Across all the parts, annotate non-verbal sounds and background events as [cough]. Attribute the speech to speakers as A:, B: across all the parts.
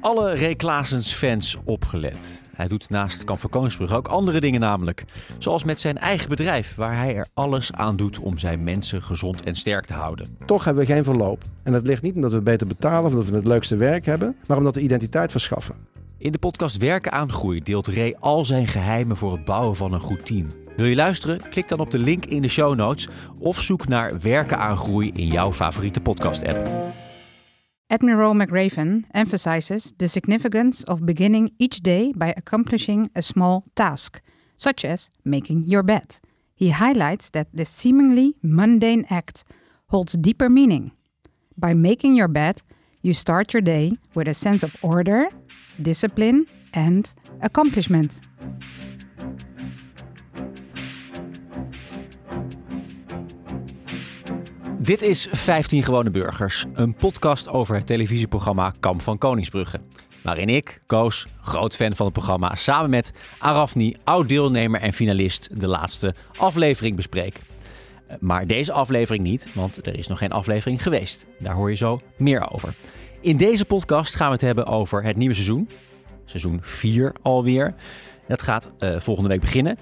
A: alle Ray Klaasens fans opgelet. Hij doet naast Kamp van Koningsbrug ook andere dingen namelijk. Zoals met zijn eigen bedrijf, waar hij er alles aan doet om zijn mensen gezond en sterk te houden.
B: Toch hebben we geen verloop. En dat ligt niet omdat we beter betalen of omdat we het leukste werk hebben, maar omdat we identiteit verschaffen.
A: In de podcast Werken aan Groei deelt Ray al zijn geheimen voor het bouwen van een goed team. Wil je luisteren? Klik dan op de link in de show notes of zoek naar Werken aan Groei in jouw favoriete podcast-app.
C: Admiral McRaven emphasizes the significance of beginning each day by accomplishing a small task, such as making your bed. He highlights that this seemingly mundane act holds deeper meaning. By making your bed, you start your day with a sense of order, discipline, and accomplishment.
A: Dit is 15 Gewone Burgers, een podcast over het televisieprogramma Kamp van Koningsbrugge. Waarin ik, Koos, groot fan van het programma, samen met Arafni, oud deelnemer en finalist, de laatste aflevering bespreek. Maar deze aflevering niet, want er is nog geen aflevering geweest. Daar hoor je zo meer over. In deze podcast gaan we het hebben over het nieuwe seizoen. Seizoen 4 alweer. Dat gaat eh, volgende week beginnen.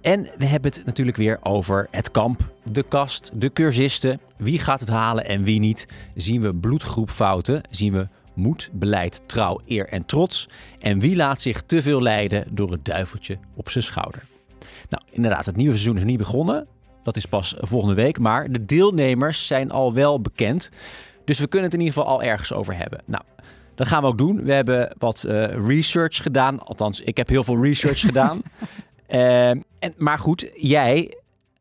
A: En we hebben het natuurlijk weer over het kamp, de kast, de cursisten. Wie gaat het halen en wie niet? Zien we bloedgroepfouten? Zien we moed, beleid, trouw, eer en trots? En wie laat zich te veel leiden door het duiveltje op zijn schouder? Nou, inderdaad, het nieuwe seizoen is niet begonnen. Dat is pas volgende week. Maar de deelnemers zijn al wel bekend. Dus we kunnen het in ieder geval al ergens over hebben. Nou, dat gaan we ook doen. We hebben wat eh, research gedaan. Althans, ik heb heel veel
C: [laughs]
A: research gedaan. Eh, en, maar goed, jij,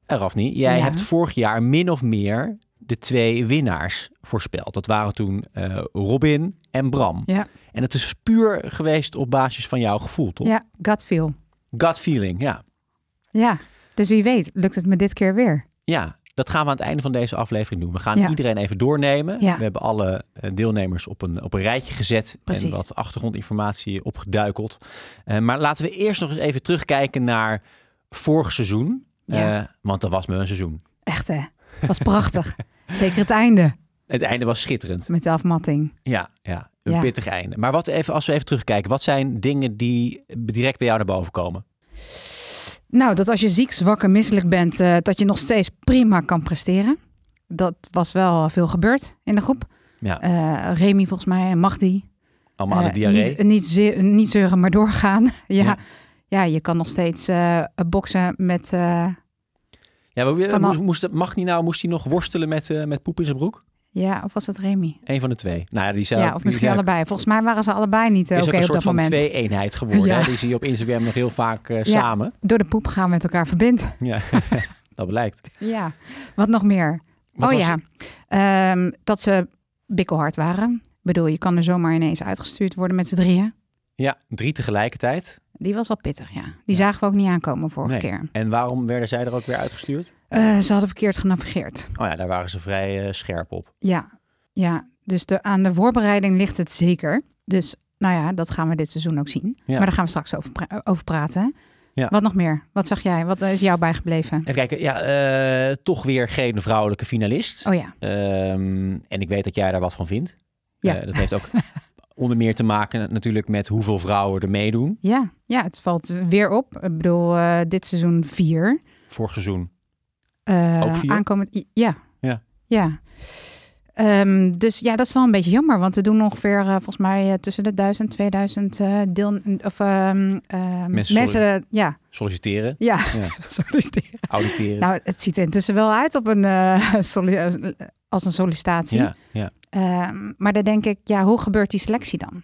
A: eh, Rafni, jij
C: Ja.
A: hebt vorig jaar min of meer de twee winnaars voorspeld. Dat waren toen eh, Robin en Bram.
C: Ja.
A: En het is puur geweest op basis van jouw gevoel, toch?
C: Ja, gut feel.
A: Gut feeling, ja.
C: Ja, dus wie weet lukt het me dit keer weer.
A: Ja, dat gaan we aan het einde van deze aflevering doen. We gaan
C: Ja.
A: iedereen even doornemen.
C: Ja.
A: We hebben alle eh, deelnemers op een, op een rijtje gezet en
C: Precies.
A: wat achtergrondinformatie opgeduikeld. Eh, maar laten we eerst nog eens even terugkijken naar vorig seizoen.
C: Ja.
A: Eh, want dat was me een seizoen.
C: Echt [laughs] hè, was prachtig. Zeker het einde
A: Het einde was schitterend.
C: met de afmatting.
A: Ja, ja een
C: Ja.
A: pittig einde. Maar wat even, als we even terugkijken, wat zijn dingen die direct bij jou naar boven komen?
C: Nou, dat als je ziek, zwak en misselijk bent, eh, dat je nog steeds prima kan presteren. Dat was wel veel gebeurd in de groep.
A: Ja,
C: Eh, Remy volgens mij en Magdi.
A: allemaal aan de
C: Eh,
A: diarree.
C: Niet, niet, ze- niet zeuren, maar doorgaan. [laughs] ja.
A: Ja.
C: Ja. je kan nog steeds eh, boksen met... eh,
A: ja, maar hoe-
C: Van-
A: moest, moest, mag niet nou, moest hij nog worstelen met, eh, met poep in zijn broek?
C: ja, of was dat Remy?
A: Eén van de twee. Nou, ja, die zijn
C: Ja,
A: ook-
C: of
A: die
C: misschien
A: zijn ook-
C: allebei. Volgens mij waren ze allebei niet eh,
A: is
C: oké
A: ook een
C: op
A: soort
C: dat
A: van
C: moment.
A: twee-eenheid geworden. hè?
C: Ja.
A: Die zie je op Instagram nog heel vaak eh,
C: Ja.
A: samen.
C: Door de poep gaan met elkaar verbindt. [laughs]
A: Ja. dat blijkt.
C: Ja, wat nog meer?
A: Wat
C: oh
A: was-
C: ja, Ehm, dat ze bikkelhard waren. Ik bedoel, je kan er zomaar ineens uitgestuurd worden met z'n drieën.
A: Ja, drie tegelijkertijd.
C: Die was wel pittig, ja. Die zagen we ook niet aankomen vorige
A: Nee.
C: keer.
A: En waarom werden zij er ook weer uitgestuurd?
C: Eh, ze hadden verkeerd genavigeerd.
A: Oh ja, daar waren ze vrij eh, scherp op.
C: Ja, ja. dus de, aan de voorbereiding ligt het zeker. Dus nou ja, dat gaan we dit seizoen ook zien.
A: Ja.
C: Maar daar gaan we straks over, pra- over praten.
A: Ja.
C: Wat nog meer? Wat zag jij? Wat is jou bijgebleven?
A: Even kijken, ja, eh, toch weer geen vrouwelijke finalist.
C: Oh ja,
A: Ehm, en ik weet dat jij daar wat van vindt.
C: Ja.
A: Eh, dat heeft
C: [laughs]
A: ook onder meer te maken natuurlijk met hoeveel vrouwen er meedoen.
C: ja, ja het valt weer op. Ik bedoel, eh, dit seizoen vier.
A: Vorig seizoen.
C: Eh,
A: Ook vier?
C: Aankomend, i- ja.
A: Ja.
C: ja. Ehm, dus ja, dat is wel een beetje jammer. Want er doen ongeveer eh, volgens mij eh, tussen de 1000, 2000 eh, deel, of, ehm, ehm,
A: Mensen, [laughs]
C: Ja,
A: Solliciteren,
C: ja.
A: Ja.
C: solliciteren.
A: auditeren.
C: [laughs] Nou, het ziet er intussen wel uit op een, eh, [laughs] solli- als een sollicitatie.
A: ja, ja.
C: Ehm, maar dan denk ik, ja, hoe gebeurt die selectie dan?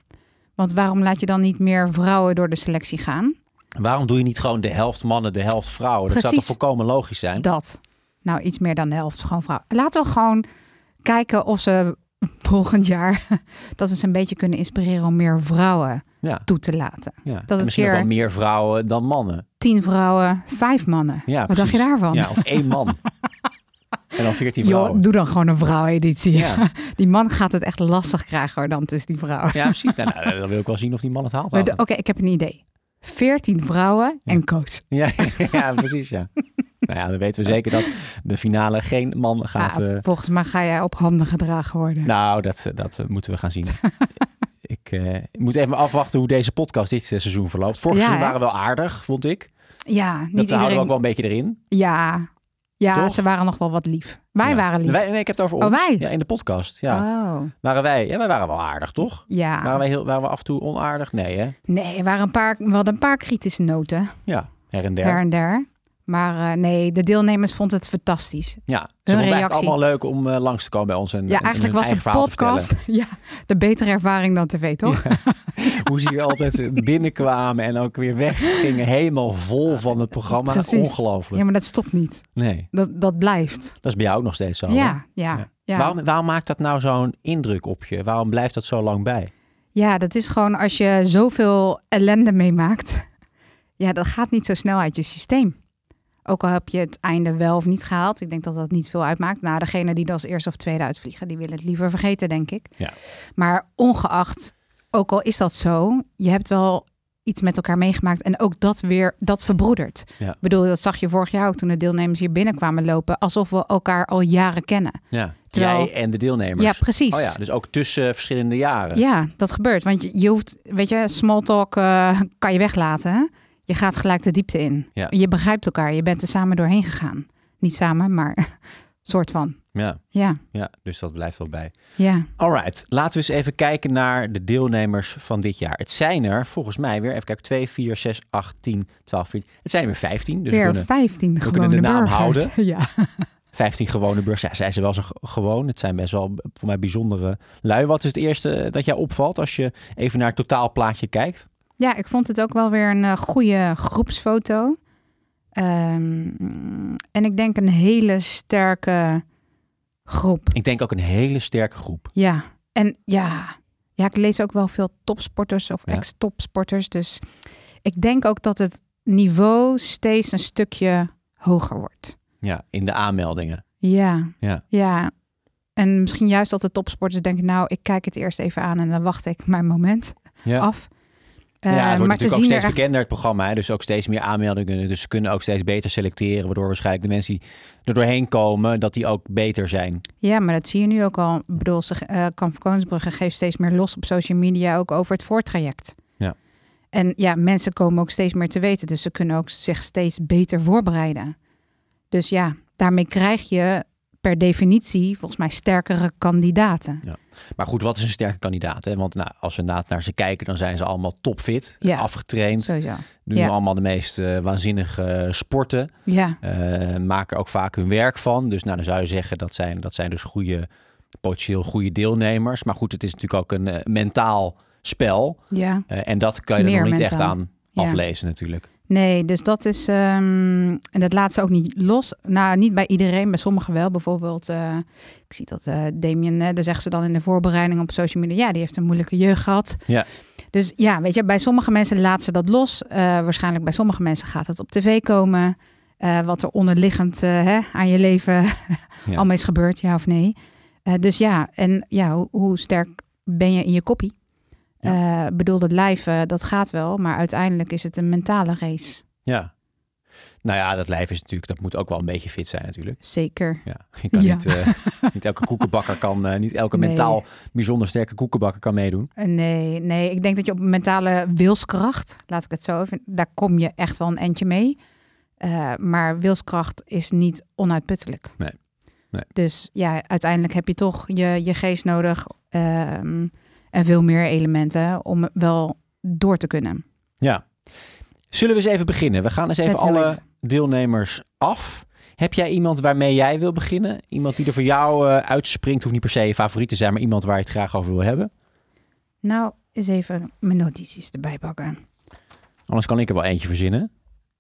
C: Want waarom laat je dan niet meer vrouwen door de selectie gaan?
A: Waarom doe je niet gewoon de helft mannen, de helft vrouwen? Dat zou toch
C: Precies.
A: volkomen logisch zijn?
C: Dat. Nou, iets meer dan de helft gewoon vrouwen. Laten we gewoon kijken of ze [laughs] volgend jaar... [laughs] dat we ze een beetje kunnen inspireren om meer vrouwen
A: Ja.
C: toe te laten.
A: Ja, en
C: het
A: misschien ook
C: keer-
A: wel meer vrouwen dan mannen.
C: Tien vrouwen, vijf mannen.
A: Ja,
C: Wat dacht je
A: precies.
C: daarvan?
A: Ja, of één
C: [laughs]
A: man. en dan veertien
C: Joh,
A: vrouwen.
C: doe dan gewoon een vrouweneditie.
A: Ja.
C: [laughs] Die man gaat het echt lastig krijgen hoor, dan tussen die vrouwen.
A: ja, precies. Nou, nou, dan wil ik wel zien of die man het haalt.
C: Maar de-
A: altijd.
C: Oké, ik heb een idee. Veertien vrouwen en coach.
A: Ja, ja, [laughs] precies, ja. Nou ja, dan weten we zeker dat de finale geen man gaat...
C: Ah,
A: eh,
C: volgens mij ga jij op handen gedragen worden.
A: nou, dat, dat moeten we gaan zien. [laughs] ik, eh, moet even maar afwachten hoe deze podcast dit eh, seizoen verloopt. Vorig
C: Ja,
A: seizoen
C: hè?
A: waren wel aardig, vond ik.
C: Ja,
A: dat
C: niet
A: houden we ook
C: iedereen.
A: wel een beetje erin.
C: Ja, ja
A: Toch?
C: ze waren nog wel wat lief. Wij
A: Ja.
C: waren lief.
A: Wij, nee, ik heb het over
C: Oh,
A: ons.
C: wij?
A: Ja, in de podcast. Ja.
C: Oh,
A: Waren wij, ja, wij waren wel aardig, toch?
C: ja.
A: Waren, wij heel, waren we af en toe onaardig? Nee, hè?
C: Nee, er waren een paar, we hadden een paar kritische noten
A: Ja, her en der.
C: her en der. Maar eh, nee, de deelnemers vonden het fantastisch.
A: Ja, ze vonden het eigenlijk
C: reactie.
A: allemaal leuk om eh, langs te komen bij ons. En, en-
C: Ja,
A: en
C: eigenlijk
A: hun
C: was
A: eigen
C: een
A: verhaal te
C: podcast [laughs] ja, de betere ervaring dan tv, toch?
A: vertellen. Hoe ze hier
C: [laughs]
A: altijd binnenkwamen en ook weer weggingen. Helemaal vol van het programma.
C: Precies. Ja,
A: Ongelooflijk.
C: maar dat stopt niet.
A: Nee,
C: Dat, dat blijft.
A: dat is bij jou ook nog steeds zo. hè?
C: Ja, ja,
A: Ja.
C: ja.
A: Waarom, waarom maakt dat nou zo'n indruk op je? Waarom blijft dat zo lang bij?
C: Ja, dat is gewoon als je zoveel ellende meemaakt. Ja, dat gaat niet zo snel uit je systeem. Ook al heb je het einde wel of niet gehaald. Ik denk dat dat niet veel uitmaakt. Nou, degene die er als eerste of tweede uitvliegen, die willen het liever vergeten, denk ik.
A: Ja.
C: Maar ongeacht, ook al is dat zo, je hebt wel iets met elkaar meegemaakt. En ook dat weer, dat verbroedert.
A: Ja.
C: Ik bedoel, dat zag je vorig jaar ook toen de deelnemers hier binnenkwamen lopen. Alsof we elkaar al jaren kennen.
A: Ja.
C: Terwijl-
A: Jij en de deelnemers.
C: Ja, precies.
A: Oh ja, dus ook tussen verschillende jaren.
C: Ja, dat gebeurt. Want je, je hoeft, weet je, small talk eh, kan je weglaten. hè? Je gaat gelijk de diepte in.
A: Ja.
C: Je begrijpt elkaar. Je bent er samen doorheen gegaan. Niet samen, maar [laughs] soort van.
A: Ja,
C: Ja,
A: ja, dus dat blijft wel bij.
C: ja.
A: Alright, laten we eens even kijken naar de deelnemers van dit jaar. Het zijn er volgens mij weer, even kijken, 2, 4, 6, 8, 10, 12, 14. Het zijn er weer 15. Dus we
C: Weer
A: kunnen
C: 15 gewone
A: kunnen de naam
C: burgers.
A: houden.
C: [laughs] Ja.
A: 15 gewone burgers. Ja, zijn ze wel zo ge- gewoon. Het zijn best wel b- voor mij bijzondere lui. Wat is het eerste dat jou opvalt als je even naar het totaalplaatje kijkt?
C: ja, ik vond het ook wel weer een eh, goede groepsfoto. Ehm, en ik denk een hele sterke groep.
A: Ik denk ook een hele sterke groep.
C: Ja, en ja, ja ik lees ook wel veel topsporters of
A: Ja.
C: ex-topsporters. Dus ik denk ook dat het niveau steeds een stukje hoger wordt.
A: Ja, in de aanmeldingen.
C: Ja,
A: Ja.
C: ja. En misschien juist dat de topsporters denken, nou, ik kijk het eerst even aan en dan wacht ik mijn moment
A: Ja.
C: af. Oh, Eh,
A: ja, het wordt
C: ze
A: natuurlijk ook
C: zien
A: steeds
C: er echt-
A: bekender het programma. Hè? Dus ook steeds meer aanmeldingen. Dus ze kunnen ook steeds beter selecteren. Waardoor waarschijnlijk de mensen die er doorheen komen, dat die ook beter zijn.
C: Ja, maar dat zie je nu ook al. Ik bedoel, ze, eh, Kamp van Koningsbrugge geeft steeds meer los op social media, ook over het voortraject.
A: Ja.
C: En ja, mensen komen ook steeds meer te weten, dus ze kunnen ook zich steeds beter voorbereiden. Dus ja, daarmee krijg je per definitie volgens mij sterkere kandidaten.
A: Maar goed, wat is een sterke kandidaat? Hè? Want nou, als we inderdaad naar ze kijken, dan zijn ze allemaal topfit.
C: Ja.
A: Afgetraind.
C: Sowieso.
A: Doen
C: Ja.
A: allemaal de meest eh, waanzinnige eh, sporten.
C: Ja,
A: eh maken ook vaak hun werk van. Dus nou, dan zou je zeggen dat zijn, dat zijn dus goede, potentieel goede deelnemers. Maar goed, het is natuurlijk ook een eh, mentaal spel.
C: ja.
A: Eh, en dat kan je er
C: Meer
A: nog niet echt
C: mentaal.
A: aan
C: Ja.
A: aflezen natuurlijk.
C: Nee, dus dat is. ehm, en dat laat ze ook niet los. Nou, niet bij iedereen, bij sommigen wel. Bijvoorbeeld, eh, ik zie dat eh Damien, hè, daar zegt ze dan in de voorbereiding op social media. Ja, die heeft een moeilijke jeugd gehad.
A: Ja.
C: Dus ja, weet je, bij sommige mensen laat ze dat los. Eh, waarschijnlijk bij sommige mensen gaat het op tv komen. Eh, wat er onderliggend eh, hè, aan je leven [laughs]
A: Ja.
C: allemaal is gebeurd, ja of nee. Eh, dus ja, en ja, hoe, hoe sterk ben je in je koppie?
A: Ja.
C: Eh, Ik bedoel, dat lijf, eh, dat gaat wel, maar uiteindelijk is het een mentale race.
A: Ja. Nou ja, dat lijf is natuurlijk, dat moet ook wel een beetje fit zijn natuurlijk.
C: Zeker.
A: Ja, je kan
C: Ja.
A: Niet, eh, niet elke koekenbakker kan, eh, niet elke
C: Nee.
A: mentaal bijzonder sterke koekenbakker kan meedoen.
C: Eh, Nee, nee, ik denk dat je op mentale wilskracht, laat ik het zo even, daar kom je echt wel een eindje mee. Eh, maar wilskracht is niet onuitputtelijk.
A: Nee, nee.
C: Dus ja, uiteindelijk heb je toch je, je geest nodig ehm, en veel meer elementen om wel door te kunnen.
A: Ja. Zullen we eens even beginnen? We gaan eens even
C: Let's do
A: alle
C: it.
A: deelnemers af. Heb jij iemand waarmee jij wil beginnen? Iemand die er voor jou eh, uitspringt? Hoeft niet per se je favoriet te zijn, maar iemand waar je het graag over wil hebben.
C: Nou, eens even mijn notities erbij pakken.
A: Anders kan ik er wel eentje verzinnen.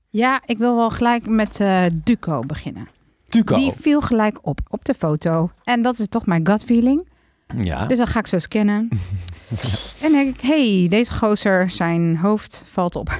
C: Ja, ik wil wel gelijk met eh, Duco beginnen.
A: Tuco.
C: Die viel gelijk op op de foto. En dat is toch mijn gut feeling.
A: Ja.
C: Dus dan ga ik
A: [laughs]
C: zo scannen. En denk ik, hey, deze gozer, zijn hoofd valt op.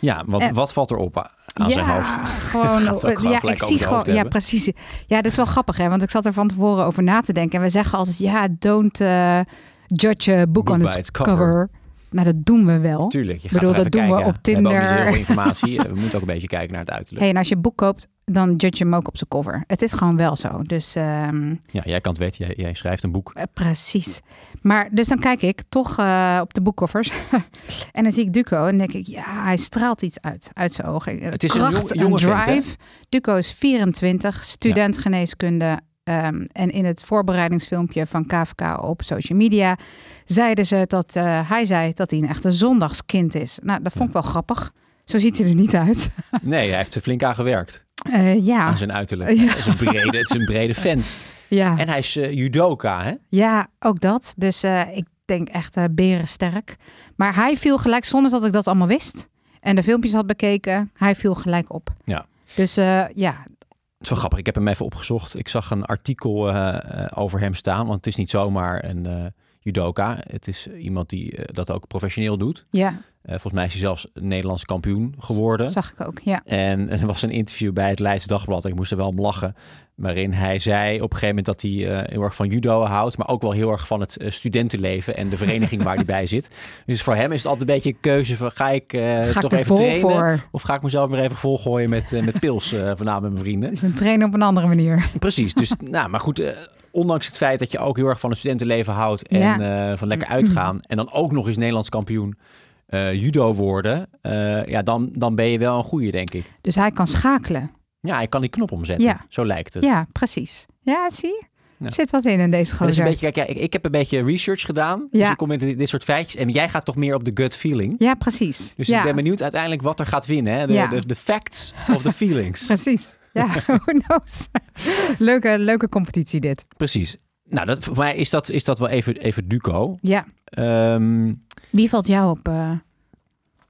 A: ja, want
C: Eh,
A: wat valt er op a- aan Ah, zijn hoofd? [laughs]
C: Gewoon,
A: Gaat ook
C: eh,
A: gewoon
C: ja,
A: gelijk
C: ik
A: over
C: zie
A: zijn
C: gewoon,
A: hoofd
C: ja,
A: hebben.
C: precies. Ja, dat is wel grappig, hè? Want ik zat er van tevoren over na te denken. En we zeggen altijd, ja, don't eh, judge a book,
A: Book
C: on
A: by
C: its
A: its
C: cover.
A: cover.
C: Nou, dat doen we wel.
A: Tuurlijk, je
C: Ik
A: gaat
C: bedoel,
A: er
C: dat
A: even
C: doen we
A: kijken.
C: op
A: We hebben ook niet
C: Tinder.
A: heel veel informatie. Eh, we moeten ook een beetje kijken naar het uiterlijk.
C: Hey, en als je een boek koopt, dan judge je hem ook op zijn cover. Het is gewoon wel zo. Dus ehm,
A: Ja, jij kan het weten. Jij, jij schrijft een boek.
C: eh, precies. Maar dus dan kijk ik toch eh, op de boekcovers. [laughs] en dan zie ik Duco en denk ik, ja, hij straalt iets uit, uit zijn ogen.
A: Het is een
C: Kracht
A: jong- jonge
C: en
A: vent, hè?
C: drive. Duco is 24, student geneeskunde. ehm, en in het voorbereidingsfilmpje van KVK op social media zeiden ze dat eh, hij zei dat hij een echte zondagskind is. Nou, dat vond ik wel grappig. Zo ziet hij er niet
A: [laughs]
C: uit.
A: Nee, hij heeft er flink aan gewerkt.
C: Eh, ja,
A: Aan zijn uiterlijk.
C: Ja.
A: Het, is een brede, het is een brede vent.
C: [laughs] ja.
A: En hij is eh, judoka, hè?
C: Ja, ook dat. Dus eh, ik denk echt eh, berensterk. Maar hij viel gelijk, zonder dat ik dat allemaal wist en de filmpjes had bekeken, hij viel gelijk op.
A: Ja.
C: Dus eh, ja,
A: Het is wel grappig. Ik heb hem even opgezocht. Ik zag een artikel eh, eh, over hem staan. Want het is niet zomaar een eh, judoka. Het is iemand die eh, dat ook professioneel doet.
C: ja
A: Eh, volgens mij is hij zelfs Nederlands kampioen geworden.
C: zag ik ook. Ja.
A: En [laughs] er was een interview bij het Leids Dagblad. en Ik moest er wel om lachen. Waarin hij zei op een gegeven moment dat hij eh, heel erg van judo houdt. Maar ook wel heel erg van het eh, studentenleven en de vereniging waar hij bij zit. [laughs] Dus voor hem is het altijd een beetje een keuze van ga ik eh,
C: Ga ik
A: toch
C: er
A: even
C: vol
A: trainen?
C: voor?
A: Of ga ik mezelf maar even volgooien met, eh, met pils eh [laughs] vanavond met mijn vrienden?
C: Het is een trainen op een andere manier.
A: Precies.
C: [laughs]
A: Dus, nou, maar goed, eh, ondanks het feit dat je ook heel erg van het studentenleven houdt en eh, van lekker uitgaan. En dan ook nog eens Nederlands kampioen eh, judo worden. eh, ja, dan, dan ben je wel een goeie, denk ik.
C: Dus hij kan schakelen.
A: Ja, hij kan die knop omzetten.
C: Ja.
A: Zo lijkt het.
C: Ja, precies. Ja, zie.
A: Dus- Ja.
C: Er zit wat in in deze
A: Maar dat is
C: gozer.
A: een beetje, kijk, ja, ik, ik heb een beetje research gedaan. Dus
C: Ja.
A: ik kom met dit, dit soort feitjes. En jij gaat toch meer op de gut feeling.
C: Ja, precies.
A: Dus
C: ja,
A: ik ben benieuwd uiteindelijk wat er gaat winnen. Hè? De,
C: Ja.
A: de, de facts of
C: [laughs]
A: de feelings.
C: precies. Ja, [laughs] who knows. leuke, leuke competitie dit.
A: Precies. Nou, dat, voor mij is dat, is dat wel even, even Duco.
C: Ja.
A: Ehm
C: Wie valt jou op? eh,
A: Nou,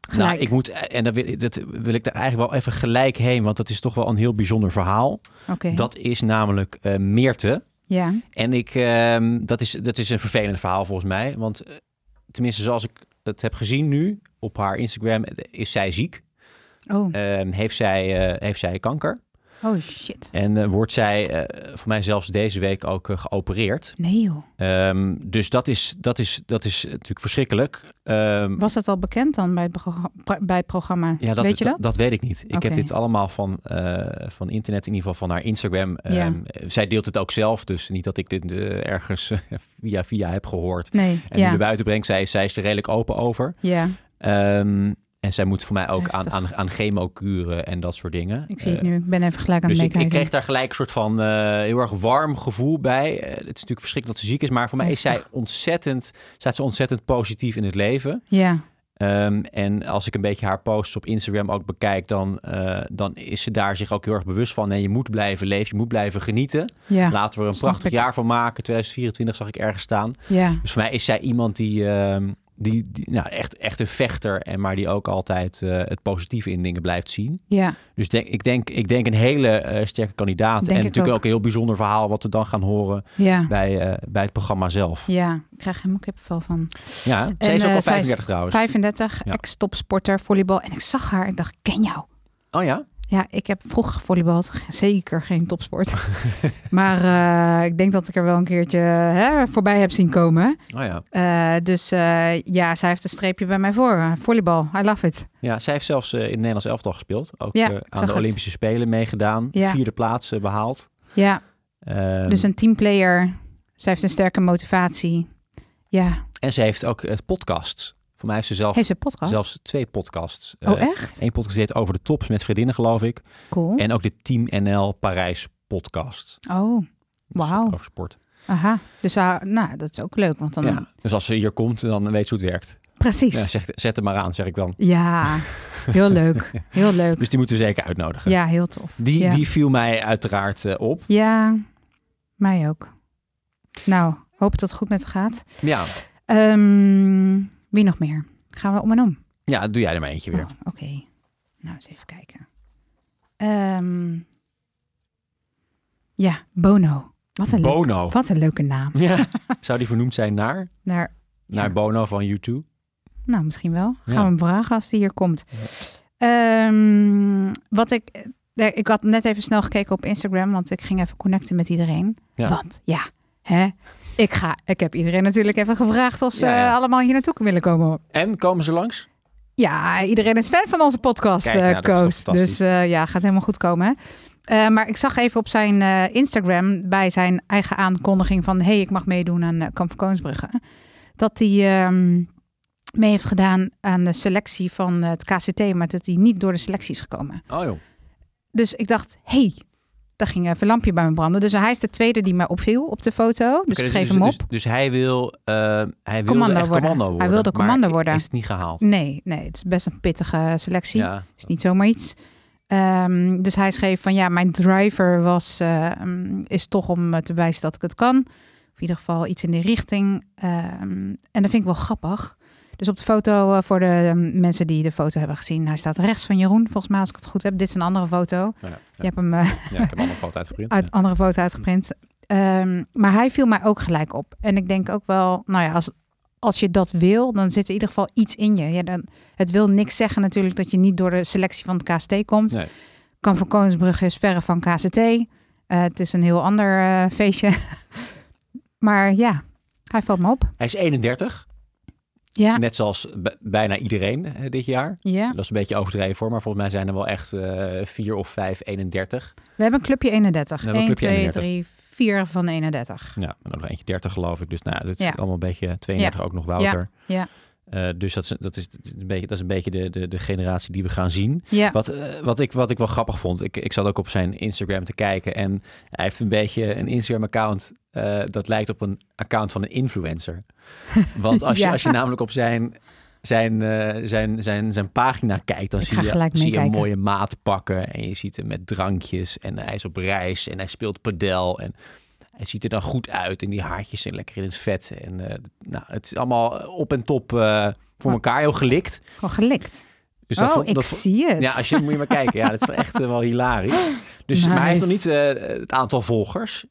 C: gelijk?
A: ik moet, en dat wil, dat wil ik daar eigenlijk wel even gelijk heen, want dat is toch wel een heel bijzonder verhaal.
C: Oké.
A: Dat is namelijk eh, Meerte.
C: Ja.
A: En ik, ehm, dat, is, dat is een vervelend verhaal volgens mij, want eh, tenminste zoals ik het heb gezien nu op haar Instagram, eh, is zij ziek.
C: Oh,
A: Ehm, heeft, zij, eh, heeft zij kanker
C: oh shit.
A: en eh, wordt zij eh, voor mij zelfs deze week ook eh, geopereerd.
C: Nee joh.
A: Ehm, dus dat is, dat, is, dat is natuurlijk verschrikkelijk. Ehm,
C: Was dat al bekend dan bij het, begra- pro- bij het programma?
A: Ja, dat,
C: Weet je dat?
A: weet ik niet. Ik heb
C: Oké.
A: dit allemaal van, eh, van internet, in ieder geval van haar Instagram.
C: Ja.
A: Ehm, zij deelt het ook zelf, dus niet dat ik dit eh, ergens eh, [laughs] via via heb gehoord.
C: Nee,
A: En nu
C: ja.
A: naar buiten breng, zij, zij is er redelijk open over.
C: ja,
A: Ehm, en zij moet voor mij ook aan,
C: Heftig.
A: aan, aan chemokuren en dat soort dingen.
C: ik zie het
A: Eh,
C: nu. Ik ben even gelijk aan het
A: dus ik, ik
C: meekijken.
A: kreeg daar gelijk een soort van eh, heel erg warm gevoel bij. Eh, het is natuurlijk verschrikkelijk dat ze ziek is, maar voor mij is zij
C: Heftig.
A: ontzettend, staat ze ontzettend positief in het leven.
C: Ja,
A: Ehm, en als ik een beetje haar posts op Instagram ook bekijk, dan, eh, dan is ze daar zich ook heel erg bewust van. En je moet blijven leven, je moet blijven genieten.
C: ja,
A: Laten we er een
C: snap
A: prachtig
C: ik.
A: jaar van maken. 2024 zag ik ergens staan.
C: ja.
A: Dus voor mij is zij iemand die, ehm, die, die- nou, echt, echt een vechter, en maar die ook altijd eh, het positieve in dingen blijft zien.
C: Ja,
A: Dus denk, ik, denk, ik denk een hele eh, sterke kandidaat.
C: Denk
A: en
C: ik
A: natuurlijk ook.
C: ook.
A: een heel bijzonder verhaal wat we dan gaan horen
C: ja,
A: bij, eh, bij het programma zelf.
C: ja. Ik krijg helemaal kippenvel van.
A: Ja, zij Oh, is
C: eh,
A: ook al
C: zij is
A: 35 trouwens.
C: 35,
A: Ja.
C: ex-topsporter, volleybal. En ik zag haar en ik dacht, ken jou.
A: Oh ja?
C: Ja, ik heb vroeger volleybald. Ge- Zeker
A: [laughs]
C: geen topsport. maar eh, ik denk dat ik er wel een keertje hè, voorbij heb zien komen.
A: Oh ja.
C: Eh, dus eh, ja, zij heeft een streepje bij mij voor. Eh, Volleybal, I love it.
A: Ja, zij heeft zelfs eh, in het Nederlands elftal gespeeld. Ook
C: Ja,
A: eh,
C: ik
A: aan
C: zag
A: de
C: het.
A: Olympische Spelen meegedaan.
C: Ja.
A: Vierde plaats eh, behaald.
C: Ja,
A: Ehm,
C: Dus een teamplayer. Zij heeft een sterke motivatie. Ja,
A: En ze heeft ook het podcasts. Voor mij heeft ze zelf,
C: heeft ze een podcast?
A: zelfs twee podcasts.
C: oh,
A: Eh,
C: echt? Oh.
A: Eén podcast die heet Over de Tops met vriendinnen, geloof ik.
C: Cool.
A: En ook de Team NL Parijs podcast.
C: Oh,
A: Dus
C: Wauw.
A: Over sport.
C: aha. Dus ah, nou, dat is ook leuk, want dan...
A: Ja. Dus als ze hier komt, dan weet ze hoe het werkt.
C: Precies.
A: Ja,
C: Ja,
A: zeg, zet hem maar aan, zeg ik dan. [laughs]
C: heel leuk. Heel leuk.
A: Dus die moeten we zeker uitnodigen.
C: Ja, heel tof.
A: Die,
C: Ja.
A: die viel mij uiteraard eh, op.
C: Ja, mij ook. Nou, hoop dat het goed met haar gaat.
A: Ja.
C: Ehm, wie nog meer? Gaan we om en om?
A: ja, doe jij er maar eentje weer.
C: Oh, Oké. Nou, eens even kijken. Ehm, ja, Bono. Wat een, leuk-
A: Bono.
C: wat een leuke naam.
A: Ja. Zou die vernoemd zijn naar?
C: Naar
A: Hm. Naar
C: Ja.
A: Bono van U2?
C: Nou, misschien wel. Gaan
A: Ja.
C: we hem vragen als die hier komt. Ehm, wat ik. eh, Ik had net even snel gekeken op Instagram, want ik ging even connecten met iedereen.
A: Ja.
C: Want ja, Hè? Ik, ga, ik heb iedereen natuurlijk even gevraagd of ze
A: Ja, ja.
C: eh, allemaal hier naartoe willen komen.
A: En komen ze langs?
C: Ja, iedereen is fan van onze podcast,
A: Kijk,
C: eh,
A: nou, dat is toch
C: Koos.
A: fantastisch.
C: Dus eh, ja, gaat helemaal goed komen. hè? Eh, maar ik zag even op zijn eh, Instagram bij zijn eigen aankondiging van... hey, ik mag meedoen aan eh, Kamp van Koonsbrugge. Dat hij ehm, mee heeft gedaan aan de selectie van eh, het KCT... maar dat hij niet door de selectie is gekomen.
A: Oh joh.
C: Dus ik dacht, hey, daar ging even een lampje bij me branden. Dus hij is de tweede die mij opviel op de foto. Dus
A: Oké,
C: ik geef hem
A: Dus,
C: op.
A: dus hij wil, eh, hij wilde
C: Commando
A: echt
C: worden.
A: commando
C: Hij
A: worden.
C: wilde
A: maar
C: commando worden.
A: Is het niet gehaald?
C: Nee, nee, het is best een pittige selectie.
A: Ja.
C: is niet zomaar iets. Ehm, dus hij schreef van ja, mijn driver was, ehm, is toch om eh, te wijzen dat ik het kan. Of in ieder geval iets in die richting. Ehm, en dat vind ik wel grappig. Dus op de foto, eh, voor de ehm, mensen die de foto hebben gezien, hij staat rechts van Jeroen, volgens mij als ik het goed heb. Dit is een andere foto.
A: Ja, ja.
C: Je hebt hem eh,
A: Ja, ik heb allemaal fout uitgeprint.
C: [laughs] uit andere foto uitgeprint. Ehm, maar hij viel mij ook gelijk op. En ik denk ook wel, nou ja, als, als je dat wil, dan zit er in ieder geval iets in je. Ja, dan, het wil niks zeggen natuurlijk dat je niet door de selectie van het KST komt.
A: Nee.
C: Kan van Koningsbrugge is verre van KCT. Eh, het is een heel ander eh, feestje. [laughs] maar ja, hij valt me op.
A: Hij is 31,
C: Ja,
A: net zoals b- bijna iedereen eh, dit jaar.
C: ja.
A: Dat is een beetje overdreven hoor, maar volgens mij zijn er wel echt eh, vier of vijf 31.
C: We hebben een clubje 31.
A: We hebben
C: 1,
A: een clubje
C: 2,
A: 31.
C: 3, 4 van 31.
A: Ja, en ook nog eentje 30 geloof ik. Dus nou, ja, dat is
C: Ja.
A: allemaal een beetje 32 ook nog Wouter.
C: ja.
A: Eh, dus dat is, dat is, dat is een beetje, dat is een beetje de, de, de generatie die we gaan zien.
C: Ja,
A: Wat, eh, wat, ik, wat ik wel grappig vond, ik, ik zat ook op zijn Instagram te kijken en hij heeft een beetje een Instagram-account eh, dat lijkt op een account van een
C: [laughs]
A: influencer. Want als,
C: Ja.
A: je, als je namelijk op zijn, zijn, eh, zijn, zijn, zijn pagina kijkt, dan
C: Ik
A: zie
C: ga
A: je,
C: gelijk
A: zie je een
C: meekijken.
A: mooie maat pakken en je ziet hem met drankjes en hij is op reis en hij speelt padel en hij ziet er dan goed uit en die haartjes zijn lekker in het vet. En eh, nou, het is allemaal op en top eh, voor elkaar heel gelikt.
C: gewoon gelikt.
A: Dus
C: oh,
A: vond-
C: ik
A: vond-
C: zie het.
A: ja, als je, moet je maar kijken. Ja, dat is wel echt eh, wel hilarisch. Dus, Maar hij heeft nog niet
C: Nice.
A: eh, het aantal volgers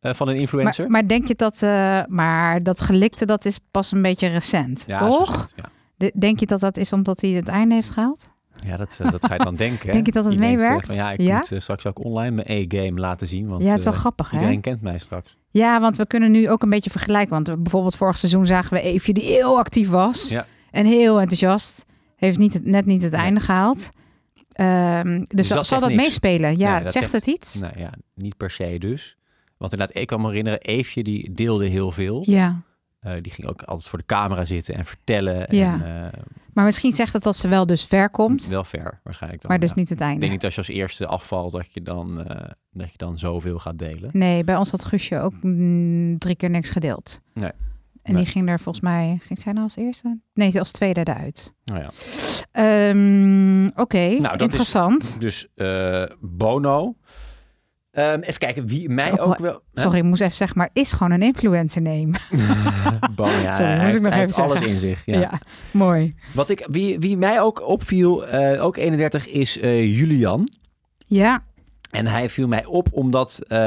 A: eh, van een influencer.
C: Maar, maar denk je dat, eh, maar dat gelikte, dat is pas een beetje recent,
A: ja, zo
C: toch?
A: is het, ja.
C: De- Denk je dat dat is omdat hij het einde heeft gehaald?
A: Ja, dat, eh, dat ga je dan denken. hè.
C: [laughs] Denk je dat het
A: denkt, eh,
C: meewerkt?
A: van, ja, ik
C: Ja?
A: moet eh, straks ook online mijn e-game laten zien. Want
C: ja, het is wel
A: eh,
C: grappig, hè?
A: iedereen kent mij straks.
C: Ja, want we kunnen nu ook een beetje vergelijken. Want we- bijvoorbeeld vorig seizoen zagen we Eefje die heel actief was.
A: Ja.
C: En heel enthousiast. Heeft niet het, net niet het
A: Nee.
C: einde gehaald. Ehm, dus
A: dat
C: zal- zal
A: zegt
C: dat
A: niks.
C: meespelen? Ja,
A: Nee, dat
C: zegt
A: zegt-
C: het iets?
A: Nou ja, niet per se dus. Want inderdaad, ik kan me herinneren, Eefje die deelde heel veel.
C: Ja,
A: Eh, die ging ook altijd voor de camera zitten en vertellen.
C: Ja.
A: En, eh,
C: maar misschien zegt het dat ze wel dus ver komt,
A: wel ver waarschijnlijk dan.
C: maar dus
A: ja.
C: niet het
A: Ik
C: einde.
A: denk niet als je als eerste afvalt dat je dan, eh, dat je dan zoveel gaat delen.
C: Nee, bij ons had Guusje ook mm, drie keer niks gedeeld.
A: Nee.
C: En
A: Nee.
C: die ging er volgens mij, ging zij nou als eerste? Nee, als tweede eruit.
A: Nou ja.
C: Ehm, Oké,
A: Nou, dat is-
C: interessant.
A: Dus eh, Bono. Ehm, even kijken wie mij
C: ook
A: ook,
C: wel-
A: wel. hè?
C: Sorry, ik moest even zeggen, maar is gewoon een influencer name.
A: Bono, ja,
C: Sorry,
A: hij heeft,
C: moest ik nog
A: hij
C: even
A: heeft alles
C: zeggen.
A: in zich. Ja.
C: [laughs] Ja, mooi.
A: Wat ik, wie, wie mij ook opviel, eh, ook 31, is eh, Julian.
C: Ja,
A: En hij viel mij op omdat eh,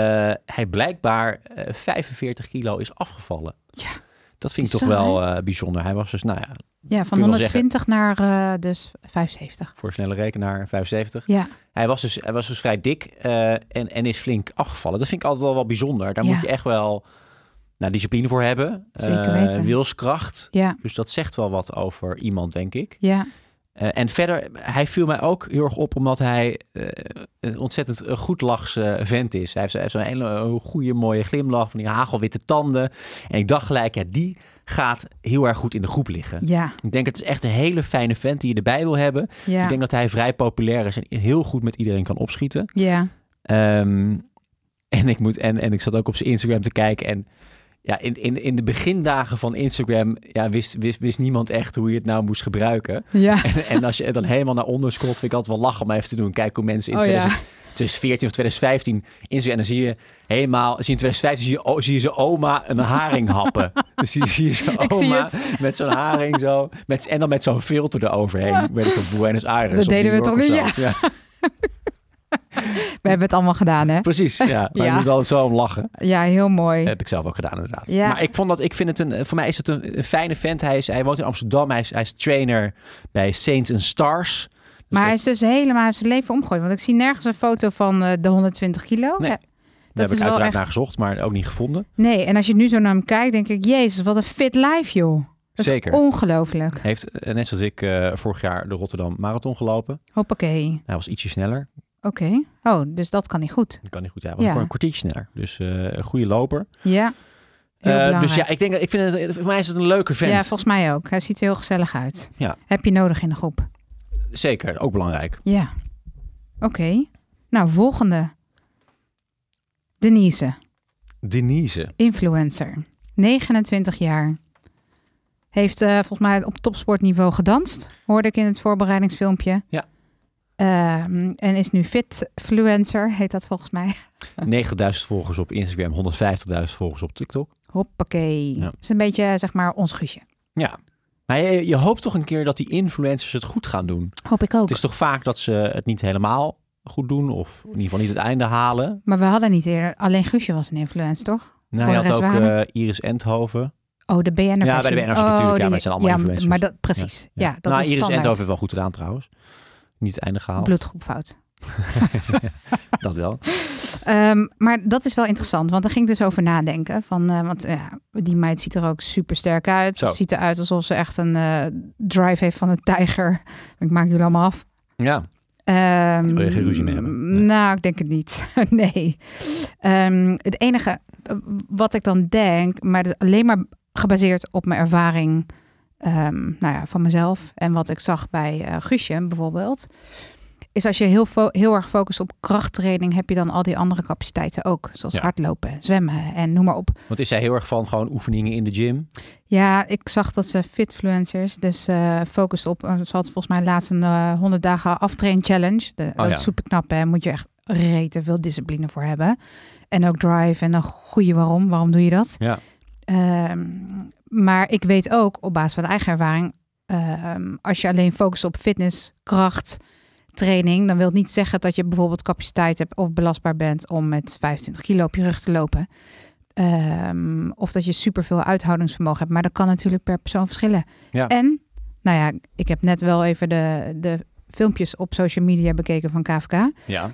A: hij blijkbaar eh, 45 kilo is afgevallen.
C: Ja.
A: Dat vind ik toch
C: Bizar,
A: wel eh, bijzonder. Hij was dus, nou ja,
C: ja
A: Kun
C: van
A: je wel
C: 120 naar eh, dus 75.
A: voor een snelle rekenaar 75.
C: Ja,
A: Hij was dus, hij was dus vrij dik eh, en, en is flink afgevallen. Dat vind ik altijd wel wel bijzonder. Daar
C: Ja.
A: moet je echt wel nou, discipline voor hebben.
C: Zeker
A: Eh,
C: weten.
A: wilskracht.
C: ja,
A: Dus dat zegt wel wat over iemand, denk ik.
C: ja.
A: Eh, en verder, hij viel mij ook heel erg op omdat hij eh, een ontzettend eh, goedlachse vent is. Hij heeft, hij heeft zo'n hele eh, goede, mooie glimlach van die hagelwitte tanden. En ik dacht gelijk, ja, die gaat heel erg goed in de groep liggen.
C: Ja,
A: Ik denk, het is echt een hele fijne vent die je erbij wil hebben.
C: ja,
A: Ik denk dat hij vrij populair is en heel goed met iedereen kan opschieten.
C: ja.
A: Ehm, en, ik moet, en, en ik zat ook op zijn Instagram te kijken. En ja, in, in, in de begindagen van Instagram ja, wist, wist, wist niemand echt hoe je het nou moest gebruiken. [laughs]
C: Ja,
A: En, en als je het dan helemaal naar onder scrolt, vind ik altijd wel lachen om even te doen. Kijk hoe mensen in
C: Oh, ja.
A: 2000 2014 of 2015 Instagram. En dan zie je helemaal, zie je in 2015 zie je, o- zie je zijn oma een haring
C: [laughs]
A: happen. Dus zie, zie je zijn
C: Ik zie
A: oma met zo'n haring zo. Met, en dan met zo'n filter eroverheen. Weet ik van Buenos Aires.
C: Dat
A: of
C: deden
A: New
C: we
A: York
C: toch
A: of
C: niet?
A: zo. Ja.
C: we hebben het allemaal gedaan, hè?
A: Precies,
C: [laughs]
A: ja. Maar
C: Ja.
A: je moet altijd zo om lachen.
C: Ja, heel mooi.
A: heb ik zelf ook gedaan, inderdaad.
C: Ja.
A: Maar ik vond dat, ik vind het een, voor mij is het een, een fijne vent. Hij, is, hij woont in Amsterdam, hij is, hij is trainer bij Saints and Stars. Dus
C: Maar hij
A: dat-
C: is dus helemaal hij heeft zijn leven omgegooid. Want ik zie nergens een foto van eh, de 120 kilo.
A: Nee.
C: Ja.
A: Daar heb
C: is
A: ik
C: wel
A: uiteraard
C: echt-
A: naar gezocht, maar ook niet gevonden.
C: Nee, en als je nu zo naar hem kijkt, denk ik, jezus, wat een fit life, joh. Dat
A: Zeker.
C: is ongelooflijk.
A: Heeft, eh, net zoals ik, eh, vorig jaar de Rotterdam Marathon gelopen.
C: Hoppakee.
A: Hij was ietsje sneller.
C: Oké. Oh, dus dat kan niet goed.
A: Dat kan niet goed. Hij was
C: Ja.
A: gewoon een kwartiertje sneller. Dus eh, een goede loper.
C: Ja.
A: Eh,
C: Heel belangrijk.
A: dus ja, ik, denk, dat- ik vind het, voor mij is het een leuke vent.
C: Ja, volgens mij ook. Hij ziet er heel gezellig uit.
A: Ja.
C: Heb je nodig in de groep.
A: Zeker, ook belangrijk.
C: Ja. Oké. Nou, volgende. Denise,
A: [laughs] Denise.
C: influencer. 29 jaar. Heeft eh, volgens mij op topsportniveau gedanst. Hoorde ik in het voorbereidingsfilmpje.
A: Ja.
C: Ehm, en is nu fitfluencer, heet dat volgens mij.
A: 9000 volgers op Instagram, 150.000 volgers op TikTok.
C: Hoppakee.
A: Ja.
C: Is een beetje, eh, zeg maar, ons guusje.
A: Ja. Maar je, je hoopt toch een keer dat die influencers het goed gaan doen.
C: Hoop ik ook.
A: Het is toch vaak dat ze het niet helemaal goed doen. Of in ieder geval niet het einde halen.
C: Maar we hadden niet eerder... Alleen Guusje was een influencer, toch?
A: Nou,
C: Voor
A: je
C: de
A: had
C: rest
A: ook
C: waren-
A: eh, Iris Endhoven.
C: Oh, de BN'er
A: Ja, bij de BN'ers natuurlijk, ja,
C: Oh, die-
A: maar het zijn allemaal
C: ja,
A: influencers.
C: maar dat, precies. Ja, dat
A: nou,
C: is
A: Iris
C: standaard.
A: Endhoven heeft wel goed gedaan trouwens. Niet het einde gehaald.
C: Bloedgroep fout.
A: Dat wel.
C: Ehm, maar dat is wel interessant, want daar ging ik dus over nadenken. Van, eh, want ja, die meid ziet er ook super sterk uit.
A: Zo.
C: Ziet eruit alsof ze echt een eh, drive heeft van een tijger. Ik maak jullie allemaal af.
A: Ja.
C: Ehm,
A: Wil je geen ruzie mee hebben? Nee.
C: Nou, ik denk het niet. [laughs] nee. Ehm, het enige eh, wat ik dan denk, maar dat is alleen maar gebaseerd op mijn ervaring ehm, nou ja, van mezelf en wat ik zag bij eh Guusje bijvoorbeeld, is als je heel, fo- heel erg focust op krachttraining, heb je dan al die andere capaciteiten ook, zoals
A: Ja.
C: hardlopen, zwemmen en noem maar op.
A: Want is zij heel erg van gewoon oefeningen in de gym?
C: Ja, ik zag dat ze fitfluencers, dus eh focus op. eh, Ze had volgens mij laatst een eh, 100 dagen aftrain challenge. De, dat
A: ja.
C: is super knap, hè? Moet je echt rete veel discipline voor hebben. En ook drive en een goede waarom. Waarom doe je dat?
A: Ja.
C: Ehm, maar ik weet ook op basis van eigen ervaring, ehm, als je alleen focust op fitness, kracht, training, dan wil het niet zeggen dat je bijvoorbeeld capaciteit hebt of belastbaar bent om met 25 kilo op je rug te lopen. Ehm, of dat je superveel uithoudingsvermogen hebt. Maar dat kan natuurlijk per persoon verschillen.
A: Ja.
C: En, nou ja, ik heb net wel even de, de filmpjes op social media bekeken van KVK.
A: Ja.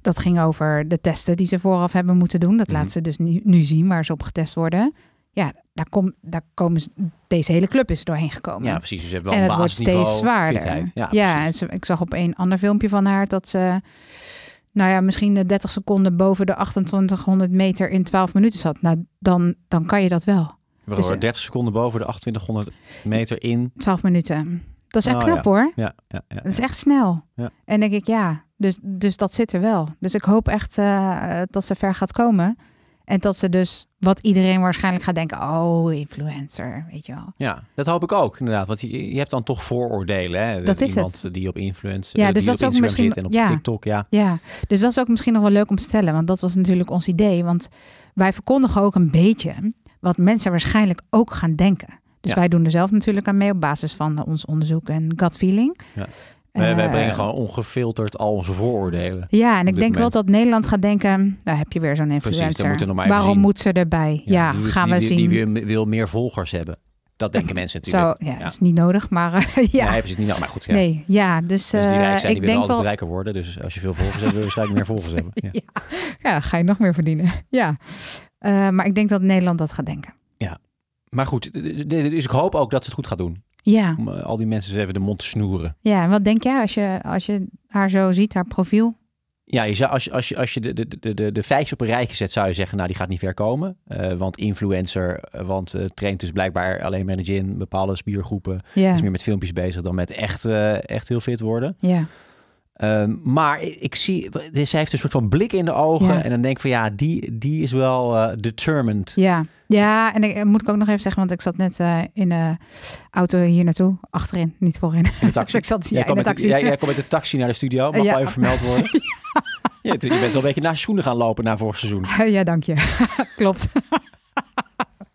C: Dat ging over de testen die ze vooraf hebben moeten doen. Dat
A: Mhm.
C: laat ze dus nu, nu zien waar ze op getest worden. Ja, daar, kom, daar komen ze, deze hele club is doorheen gekomen.
A: Ja, precies. Dus je hebt wel
C: Oh. en
A: een
C: het wordt
A: basisniveau
C: steeds zwaarder.
A: fitheid. Ja,
C: en
A: precies.
C: ze- ik zag op een ander filmpje van haar dat ze, nou ja, misschien de 30 seconden boven de 2800 meter in 12 minuten zat. Nou, dan, dan kan je dat wel.
A: We
C: dus-
A: horen 30 seconden boven de 2800 meter in.
C: 12 minuten. Dat is echt
A: Oh,
C: knap hoor.
A: Ja, ja, ja.
C: Dat is echt snel.
A: Ja.
C: En denk ik, ja, dus, dus dat zit er wel. Dus ik hoop echt eh, dat ze ver gaat komen. En dat ze dus, wat iedereen waarschijnlijk gaat denken, oh, influencer, weet je wel.
A: Ja, dat hoop ik ook, inderdaad. Want je, je hebt dan toch vooroordelen. Hè?
C: Dat is
A: iemand die op influence,
C: Ja,
A: eh,
C: dus
A: die
C: dat is
A: op
C: ook
A: Instagram
C: misschien-
A: zit en op
C: ja.
A: TikTok. Ja.
C: Ja, dus dat is ook misschien nog wel leuk om te stellen, want dat was natuurlijk ons idee. Want wij verkondigen ook een beetje wat mensen waarschijnlijk ook gaan denken. Dus
A: Ja.
C: wij doen er zelf natuurlijk aan mee op basis van ons onderzoek en gut feeling.
A: Ja. Wij, wij
C: Eh,
A: brengen gewoon ongefilterd al onze vooroordelen.
C: Ja, en ik
A: dit
C: denk wel
A: moment.
C: dat Nederland gaat denken, nou heb je weer zo'n
A: dan
C: influencer.
A: moeten we nog maar even
C: Waarom
A: zien.
C: moet ze erbij? Ja,
A: die, die-
C: gaan we
A: die, Die,
C: zien.
A: wil- wil meer volgers hebben. Dat denken
C: [laughs]
A: mensen
C: Zo,
A: natuurlijk.
C: ja,
A: Ja.
C: is niet nodig, maar [laughs] eh, ja.
A: Nee, precies niet. Nou, maar goed, ja.
C: Nee, ja, dus,
A: Mensen die
C: eh,
A: rijk zijn,
C: ik
A: die willen
C: denk
A: altijd
C: wel,
A: rijker worden. Dus als je veel volgers hebt, wil je waarschijnlijk meer
C: [laughs]
A: volgers hebben. Ja.
C: ja, ga je nog meer verdienen. [laughs] Ja, Eh, maar ik denk dat Nederland dat gaat denken.
A: Maar goed, d- d- d- dus ik hoop ook dat ze het goed gaat doen.
C: Ja,
A: Om eh, al die mensen eens even de mond te snoeren.
C: ja. En wat denk jij als je, als je haar zo ziet, haar profiel?
A: Ja, je zou, als, je- als je, als je de, de, de, de, de vijfjes op een rijtje zet, zou je zeggen, nou die gaat niet ver komen. Eh, want influencer, eh, want eh, traint dus blijkbaar alleen maar in de gym, bepaalde spiergroepen.
C: Ja,
A: Is meer met filmpjes bezig dan met echt, eh, echt heel fit worden.
C: ja,
A: Ehm, maar ik, ik zie, zij heeft een soort van blik in de ogen.
C: Ja.
A: En dan denk ik van ja, die, die is wel eh, determined.
C: ja. Ja, en ik, eh, moet ik ook nog even zeggen, want ik zat net eh, in de auto hier naartoe. Achterin, niet voorin.
A: In de taxi.
C: [laughs] Dus ik zat ja,
A: jij,
C: in
A: kwam
C: de
A: met,
C: taxi.
A: jij, jij kwam met de taxi naar de studio, mag
C: Ja.
A: wel even vermeld
C: [laughs]
A: worden. ja. je bent wel een beetje naar schoenen gaan lopen na vorig seizoen.
C: [laughs] Ja, dank je. Klopt. [laughs]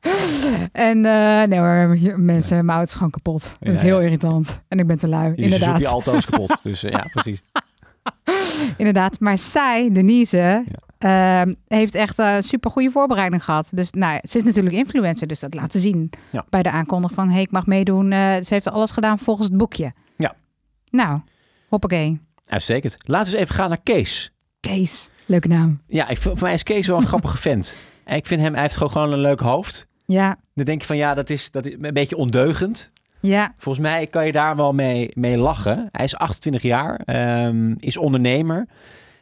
C: en eh, nee hoor, je- mensen, mijn auto is gewoon kapot. Dat is
A: Ja,
C: heel
A: ja.
C: irritant. En ik ben te lui,
A: Dus je zoekt
C: inderdaad.
A: je altoos kapot. Dus eh, ja, precies.
C: Inderdaad. Maar zij, Denise, ehm, heeft echt een super goede voorbereiding gehad. Dus nou, ja, ze is natuurlijk influencer, dus dat laten zien
A: Ja.
C: bij de aankondiging van... hey, ik mag meedoen. Eh, ze heeft alles gedaan volgens het boekje.
A: Ja.
C: Nou, hoppakee.
A: Uitstekend. Laten we eens even gaan naar Kees.
C: Kees, Leuke naam.
A: Ja, ik, vind- voor mij is Kees wel een grappige vent. En ik vind hem, hij heeft gewoon- gewoon een leuk hoofd.
C: Ja,
A: Dan denk je van ja, dat is, dat is een beetje ondeugend.
C: ja,
A: Volgens mij kan je daar wel mee, mee lachen. Hij is 28 jaar, ehm, is ondernemer.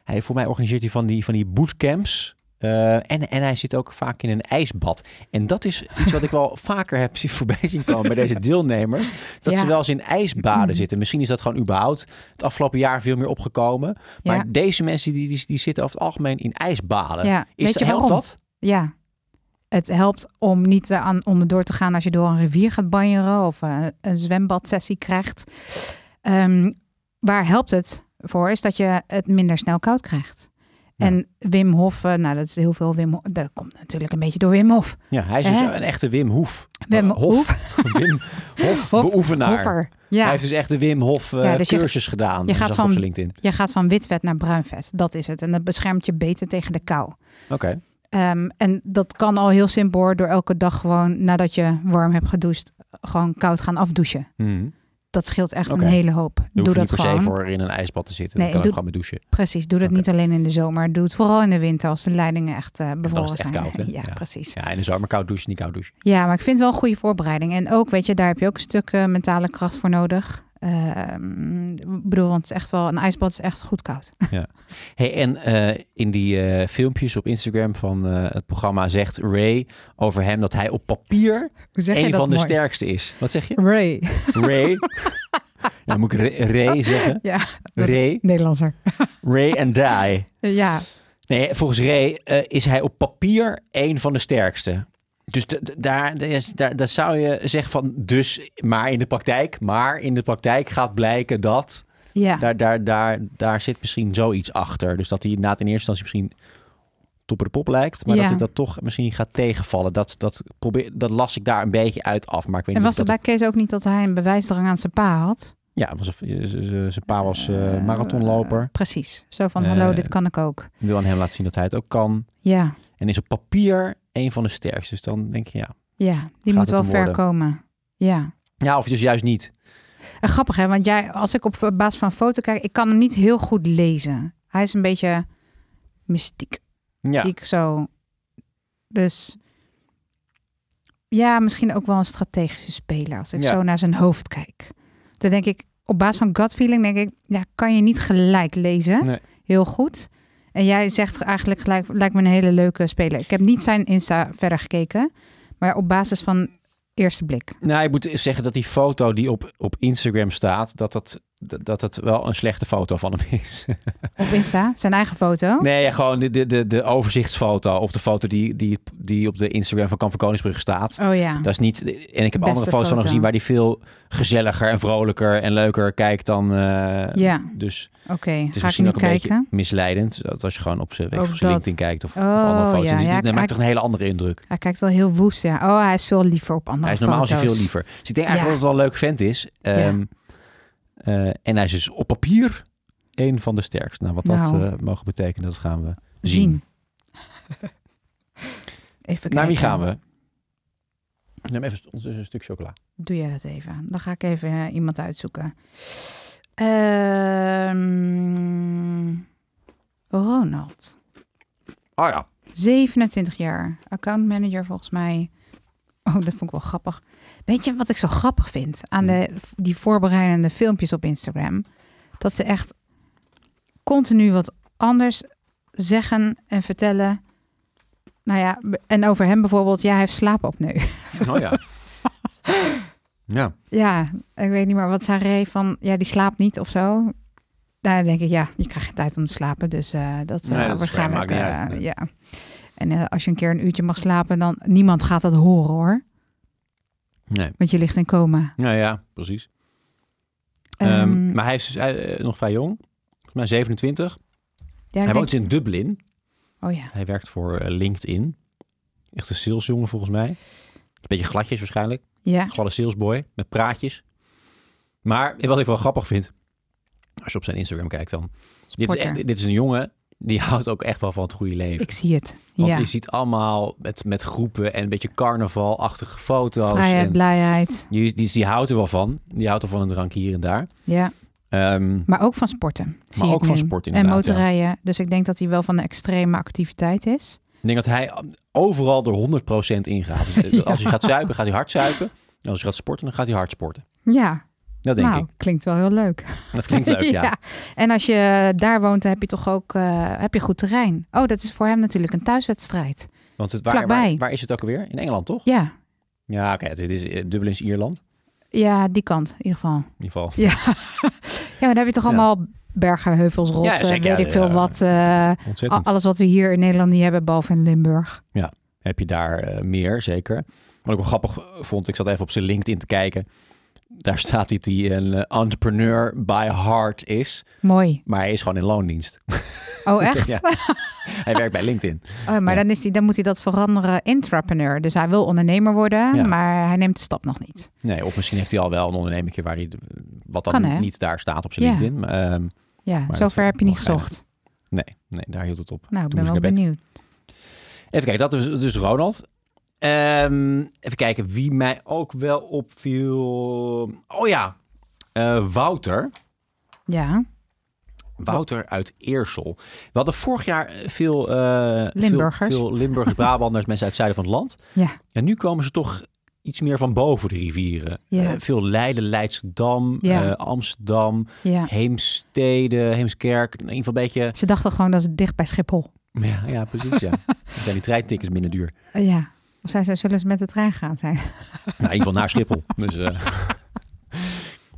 A: Hij, voor mij organiseert hij van die, van die bootcamps. Eh, en, en hij zit ook vaak in een ijsbad. En dat is iets wat ik
C: [laughs]
A: wel vaker heb zien voorbij zien komen bij deze deelnemers. Dat
C: Ja.
A: ze wel eens in ijsbaden
C: [clears throat] Mm.
A: zitten. Misschien is dat gewoon überhaupt het afgelopen jaar veel meer opgekomen. Maar
C: ja.
A: deze mensen die, die, die zitten over het algemeen in ijsbaden.
C: ja.
A: Is
C: Weet je
A: helpt
C: waarom?
A: dat?
C: Ja. Het helpt om niet eh, aan onderdoor te gaan als je door een rivier gaat banjeren of eh, een zwembadsessie krijgt. Ehm, waar helpt het voor is dat je het minder snel koud krijgt.
A: Ja.
C: En Wim Hof, eh, nou dat is heel veel Wim Hof, dat komt natuurlijk een beetje door Wim Hof.
A: Ja, hij is dus
C: Hè?
A: een echte Wim Hoef.
C: Wim
A: Eh, Hof.
C: Hof.
A: [laughs] Wim Hof,
C: Hof-
A: beoefenaar.
C: Hoffer.
A: Hij
C: Ja,
A: heeft dus echt de Wim Hof eh,
C: Ja, dus je-
A: cursus gedaan. eh,
C: je gaat
A: zag ik op
C: van-
A: zijn LinkedIn.
C: je gaat van wit vet naar bruin vet. Dat is het. En dat beschermt je beter tegen de kou.
A: Oké.
C: Ehm, en dat kan al heel simpel hoor, door elke dag gewoon nadat je warm hebt gedoucht, gewoon koud gaan afdouchen.
A: Hmm.
C: Dat scheelt echt
A: Oké.
C: een hele hoop.
A: Je
C: doe
A: hoeft
C: dat
A: niet per se
C: gewoon.
A: voor in een ijsbad te zitten.
C: Nee,
A: dan kan ik
C: doe-
A: gewoon met douchen.
C: Precies, doe dat
A: Oké.
C: niet alleen in de zomer. Doe het vooral in de winter als de leidingen echt eh, bevroren
A: echt
C: zijn.
A: koud, hè?
C: [laughs] Ja,
A: Ja.
C: precies. Ja.
A: Ja, in de zomer koud douchen, niet koud douchen.
C: maar ik vind het wel een goede voorbereiding. En ook, weet je, daar heb je ook een stuk eh, mentale kracht voor nodig. Ehm, ik bedoel, want het is echt wel, een ijsbad is echt goed koud. [laughs]
A: Hey, en eh, in die eh, filmpjes op Instagram van eh, het programma zegt Ray over hem dat hij op papier
C: Hoe zeg
A: een van de sterkste is. Wat zeg je?
C: Ray. [laughs]
A: Ray. nou, moet ik Ray, Ray zeggen?
C: Ja, dat is-
A: Ray,
C: Nederlandser.
A: Ray and Die.
C: Ja,
A: Nee, volgens Ray eh, is hij op papier één van de sterkste. Dus d- d- daar, daar is- daar, daar zou je zeggen van, dus maar in de praktijk. Maar in de praktijk gaat blijken dat.
C: ja.
A: Daar, daar, daar, daar zit misschien zoiets achter. Dus dat hij na in eerste instantie misschien topper de pop lijkt. Maar
C: Ja.
A: dat het dat toch misschien gaat tegenvallen. Dat, dat, probeer, dat las ik daar een beetje uit af. Maar ik weet
C: En
A: niet
C: was
A: of
C: er
A: dat...
C: bij Kees ook niet dat hij een bewijsdrang aan zijn pa had?
A: Ja, was een- eh, z- z- zijn pa was eh,
C: Eh,
A: marathonloper.
C: Precies. Zo van, hallo,
A: Eh,
C: dit kan ik ook.
A: Wil aan hem laten zien dat hij het ook kan.
C: Ja,
A: En is op papier één van de sterkste. Dus dan denk je, ja,
C: ja. Die
A: Gaat
C: moet
A: het
C: wel
A: hem
C: ver
A: worden?
C: komen. Ja.
A: Ja, of dus juist niet.
C: En grappig hè, want jij, als ik op basis van een foto kijk, ik kan hem niet heel goed lezen. Hij is een beetje mystiek,
A: Ja.
C: zie ik zo. Dus ja, misschien ook wel een strategische speler als ik
A: Ja.
C: zo naar zijn hoofd kijk. Dan denk ik, op basis van gut feeling denk ik, ja, kan je niet gelijk lezen.
A: Nee.
C: Heel goed. En jij zegt eigenlijk gelijk, lijkt me een hele leuke speler. Ik heb niet zijn Insta verder gekeken, maar op basis van eerste blik.
A: Nou, ik moet zeggen dat die foto die op, op Instagram staat, dat dat, dat, dat het wel een slechte foto van hem is.
C: Op Insta, zijn eigen foto.
A: [laughs] Nee, ja, gewoon de, de, de, de overzichtsfoto of de foto die, die, die op de Instagram van Kamp van Koningsbrug staat.
C: Oh ja.
A: Dat is niet, en ik heb andere foto's van hem
C: foto.
A: gezien waar die veel gezelliger en vrolijker en leuker kijkt dan. eh,
C: Ja,
A: Dus
C: oké.
A: het is
C: Ga ik
A: misschien
C: nu
A: ook een beetje
C: kijken.
A: misleidend. Dat als je gewoon op zijn, weet ik
C: Ook
A: veel, op zijn
C: dat.
A: LinkedIn kijkt of, of
C: Oh,
A: andere foto's.
C: ja,
A: dat
C: ja,
A: maakt
C: hij-
A: toch een hele andere indruk.
C: Hij kijkt wel heel woest, ja. Oh, hij is veel liever op andere
A: Hij is normaal is hij
C: foto's.
A: veel liever. Dus ik denk eigenlijk
C: Ja.
A: dat het wel een leuk vent is. Ehm, eh, en hij is dus op papier een van de sterkste. Nou, wat dat
C: Nou.
A: eh, mogen betekenen, dat gaan we zien.
C: Zien. [laughs] even kijken.
A: Naar wie gaan we? Neem even ondertussen een stuk chocola.
C: Doe jij dat even. Dan ga ik even eh, iemand uitzoeken. Ehm, Ronald.
A: Oh ja.
C: 27 jaar. Accountmanager volgens mij. Oh, dat vond ik wel grappig. Weet je wat ik zo grappig vind aan de, die voorbereidende filmpjes op Instagram? Dat ze echt continu wat anders zeggen en vertellen. Nou ja, en over hem bijvoorbeeld. Ja, hij heeft slaapapneu.
A: Oh
C: [laughs]
A: ja. ja.
C: Ja, ik weet niet meer wat zei Ray van. Ja, die slaapt niet of zo. Daar denk ik, ja, je krijgt geen tijd om te slapen. Dus eh, dat eh,
A: Nee, dat is
C: waarschijnlijk.
A: waar, maakt niet
C: eh,
A: uit, nee.
C: Ja. En eh, als je een keer een uurtje mag slapen, dan niemand gaat dat horen hoor.
A: Nee.
C: Want je ligt in coma.
A: Nou ja, precies. Ehm,
C: Ehm,
A: maar hij is dus, eh, eh, nog vrij jong. Volgens mij 27.
C: ja, ik
A: hij
C: denk-
A: woont dus in Dublin.
C: Oh ja.
A: Hij werkt voor eh, LinkedIn. Echt een salesjongen volgens mij. Een beetje gladjes waarschijnlijk.
C: Ja,
A: gladde salesboy met praatjes. Maar wat ik wel grappig vind, als je op zijn Instagram kijkt dan. Dit is,
C: sporter.
A: echt, dit is een jongen die [laughs] houdt ook echt wel van het goede leven.
C: ik zie het.
A: Want
C: Ja.
A: je ziet allemaal met, met groepen en een beetje carnavalachtige foto's.
C: Vrijheid,
A: en
C: blijheid.
A: die, die, die houdt er wel van. Die houdt er van een drank hier en daar.
C: Ja.
A: Ehm,
C: Maar ook van sporten. zie ik
A: ook van
C: nu.
A: sport
C: En
A: inderdaad, ja.
C: motorrijden. Dus ik denk dat hij wel van de extreme activiteit is.
A: ik denk dat hij overal er 100% in gaat. Dus, eh,
C: Ja.
A: Als
C: [laughs]
A: hij gaat zuipen, gaat hij hard zuipen. En als hij gaat sporten, dan gaat hij hard sporten.
C: Ja,
A: Dat denk
C: nou,
A: ik.
C: klinkt wel heel leuk.
A: Dat klinkt [laughs] leuk,
C: [laughs]
A: ja.
C: En als je daar woont, dan heb je toch ook eh, heb je goed terrein. Oh, dat is voor hem natuurlijk een thuiswedstrijd.
A: Want het, waar,
C: Vlakbij.
A: waar, waar is het ook alweer? In Engeland, toch?
C: Ja,
A: Ja, oké. het is eh, Dublin is Ierland.
C: ja die kant in ieder geval.
A: In ieder geval.
C: Ja, ja maar dan heb je toch
A: Ja.
C: allemaal bergen, heuvels, rotsen,
A: zeker, ja,
C: weet ik veel
A: ja.
C: wat. eh,
A: Ontzettend.
C: alles wat we hier in Nederland niet hebben, behalve in Limburg.
A: heb je daar eh, meer, zeker. Wat ik wel grappig eh, vond, ik zat even op zijn LinkedIn te kijken. Daar staat dat hij een eh, entrepreneur by heart is,
C: Mooi.
A: maar hij is gewoon in loondienst. [laughs]
C: Oh, echt? [laughs]
A: Ja. hij werkt bij LinkedIn.
C: Oh, maar
A: Ja.
C: dan, is hij, dan moet hij dat veranderen, intrapreneur. Dus hij wil ondernemer worden,
A: Ja.
C: maar hij neemt de stap nog niet.
A: Nee, of misschien heeft hij al wel een onderneming waar hij de- wat dan
C: Kan, hè?
A: niet daar staat op zijn
C: Ja.
A: LinkedIn. maar, ehm,
C: Ja,
A: dat vind
C: zover heb je niet
A: ik wel
C: gezocht.
A: nee, nee, daar hield het op.
C: Nou, ik
A: Toen
C: ben
A: moest
C: wel
A: ik naar bed.
C: benieuwd.
A: Even kijken, dat is dus Ronald. Ehm, even kijken wie mij ook wel opviel. Oh ja, eh, Wouter.
C: Ja,
A: Wouter uit Eersel. We hadden vorig jaar veel, eh,
C: Limburgers.
A: veel, veel
C: [laughs]
A: Limburgers, Brabanders, mensen uit het zuiden van het land.
C: Ja.
A: En nu komen ze toch iets meer van boven de rivieren.
C: Ja.
A: Eh, veel Leiden, Leidschendam,
C: Ja.
A: eh, Amsterdam,
C: ja.
A: Heemstede, Heemskerk. In ieder geval een beetje... [laughs]
C: Ze dachten gewoon dat ze dicht bij Schiphol.
A: Ja, ja precies.
C: [laughs]
A: Ja. Dan zijn die treintickets minder duur.
C: Eh, ja. Of zij, zij zullen ze met de trein gaan zijn.
A: Nou, in ieder geval naar [laughs] Schiphol. Dus, eh.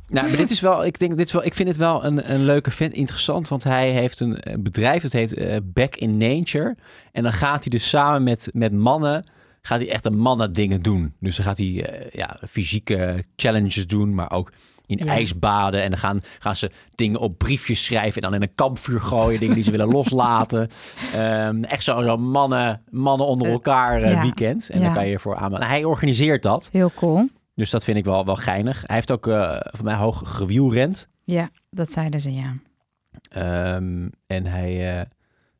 A: nou, maar dit is wel, ik denk, dit is wel, ik vind het wel een, een leuke vent, interessant, want hij heeft een eh, bedrijf dat heet eh, Back in Nature. En dan gaat hij dus samen met, met mannen, gaat hij echt een mannen dingen doen. Dus dan gaat hij eh, ja, fysieke challenges doen, maar ook in
C: Ja.
A: ijsbaden. En dan gaan, gaan ze dingen op briefjes schrijven en dan in een kampvuur gooien, dingen die ze
C: [laughs]
A: willen loslaten. Ehm, echt zo'n zo mannen, mannen onder
C: Eh,
A: elkaar eh,
C: ja.
A: weekend. En
C: Ja.
A: dan kan je ervoor aanmelden. Hij organiseert dat.
C: Heel cool.
A: Dus dat vind ik wel, wel geinig. Hij heeft ook eh voor mij hoog gewielrend.
C: Ja, dat zeiden ze, ja.
A: Ehm en hij eh,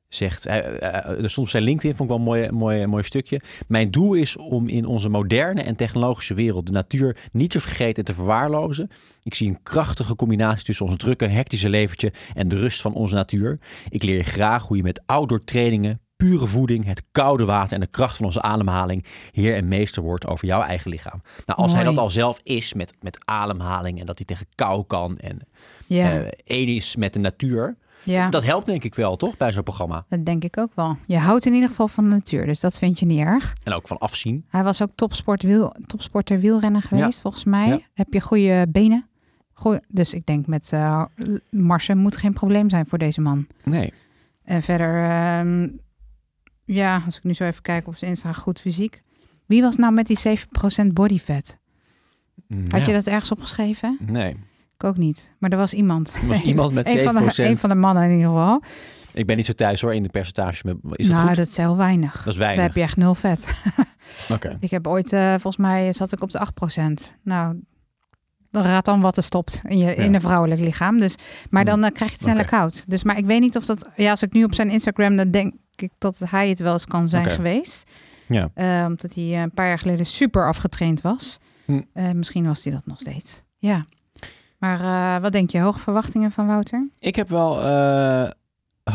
A: zegt, hij, eh, eh, er stond op zijn LinkedIn, vond ik wel een mooi, mooi, mooi stukje. Mijn doel is om in onze moderne en technologische wereld de natuur niet te vergeten en te verwaarlozen. Ik zie een krachtige combinatie tussen ons drukke, hectische leventje en de rust van onze natuur. Ik leer je graag hoe je met outdoor trainingen, pure voeding, het koude water en de kracht van onze ademhaling heer en meester wordt over jouw eigen lichaam. Nou, als hij
C: Mooi.
A: dat al zelf is met, met ademhaling en dat hij tegen kou kan en
C: Ja,
A: eh, één is met de natuur.
C: ja. Dat...
A: Dat helpt denk ik wel, toch, bij zo'n programma.
C: denk ik ook wel. Je houdt in ieder geval van de natuur, dus dat vind je niet erg.
A: En ook van afzien.
C: Hij was ook topsport wiel, topsporter wielrenner geweest, volgens mij.
A: Ja.
C: Heb je goede benen. Goe- dus ik denk met eh marsen moet geen probleem zijn voor deze man.
A: Nee.
C: En verder, ehm, ja, als ik nu zo even kijk op zijn Insta, goed fysiek. Wie was nou met die 7% body fat?
A: Mm,
C: Had je dat ergens opgeschreven?
A: Nee.
C: Ik ook niet. Maar er was iemand.
A: Er was iemand met 7%.
C: [laughs] Een van, de, een van de mannen in ieder geval.
A: Ik ben niet zo thuis hoor in de percentage. maar Is dat
C: nou,
A: goed?
C: dat is heel weinig.
A: Dat is
C: Daar
A: weinig.
C: heb je echt nul vet.
A: Oké.
C: Ik heb ooit, eh, volgens mij zat ik op de 8%. Nou, dan raad dan wat er stopt in, je, in
A: Ja. Mm.
C: een vrouwelijk lichaam. Dus, maar dan eh, krijg je het sneller
A: Oké.
C: koud. Dus, maar ik weet niet of dat... Ja, als ik nu op zijn Instagram, dan denk ik dat hij het wel eens kan zijn
A: Oké.
C: geweest.
A: Ja.
C: Eh, omdat hij eh, een paar jaar geleden super afgetraind was.
A: Hm.
C: Eh, misschien was hij dat nog steeds. Ja. Maar eh, wat denk je? Hoge verwachtingen van Wouter?
A: Ik heb wel eh,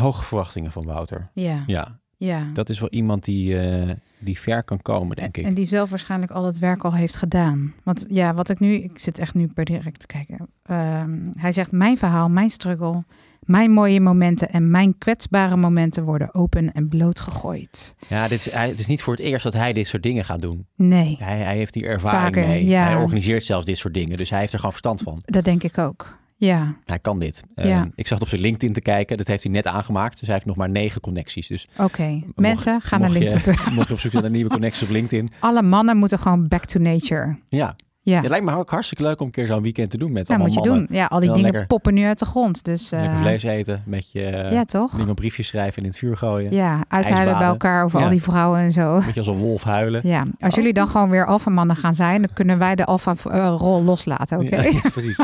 A: hoge verwachtingen van Wouter.
C: Ja.
A: Ja.
C: ja.
A: Dat is wel iemand die, eh, die ver kan komen, denk ik.
C: En die zelf waarschijnlijk al het werk al heeft gedaan. Want ja, wat ik nu, ik zit echt nu per direct te kijken. Ehm, hij zegt: Mijn verhaal, mijn struggle, mijn mooie momenten en mijn kwetsbare momenten worden open en bloot gegooid.
A: Ja, dit is, hij, het is niet voor het eerst dat hij dit soort dingen gaat doen.
C: Nee,
A: Hij, hij heeft hier ervaring
C: Vaker,
A: mee.
C: ja.
A: Hij organiseert zelfs dit soort dingen. Dus hij heeft er gewoon verstand van.
C: dat denk ik ook. Ja,
A: Hij kan dit.
C: Ja.
A: Ehm, ik zat op zijn LinkedIn te kijken. Dat heeft hij net aangemaakt. Dus hij heeft nog maar negen connecties. Dus
C: oké. Mensen, ga naar
A: mocht je-
C: LinkedIn. toe.
A: mocht je op zoek zijn naar nieuwe connecties op LinkedIn.
C: Alle mannen moeten gewoon back to nature.
A: Ja.
C: Ja,
A: Het lijkt me ook hartstikke leuk om een keer zo'n weekend te doen met
C: dat moet
A: allemaal
C: je
A: mannen.
C: doen. Ja, al die
A: Ja,
C: dingen
A: lekker.
C: poppen nu uit de grond. Dus eh,
A: Lekker vlees eten, met je eh,
C: ja, toch?
A: dingen op briefjes schrijven en in het vuur gooien.
C: Ja, uithuilen bij
A: ijsbaden.
C: elkaar over
A: Ja.
C: al die vrouwen en zo.
A: Beetje als een wolf huilen.
C: Ja, als jullie
A: Oh.
C: dan gewoon weer alfamannen gaan zijn, dan kunnen wij de alfa-rol loslaten, oké?
A: Ja, [laughs] ja,
C: [laughs]
A: precies.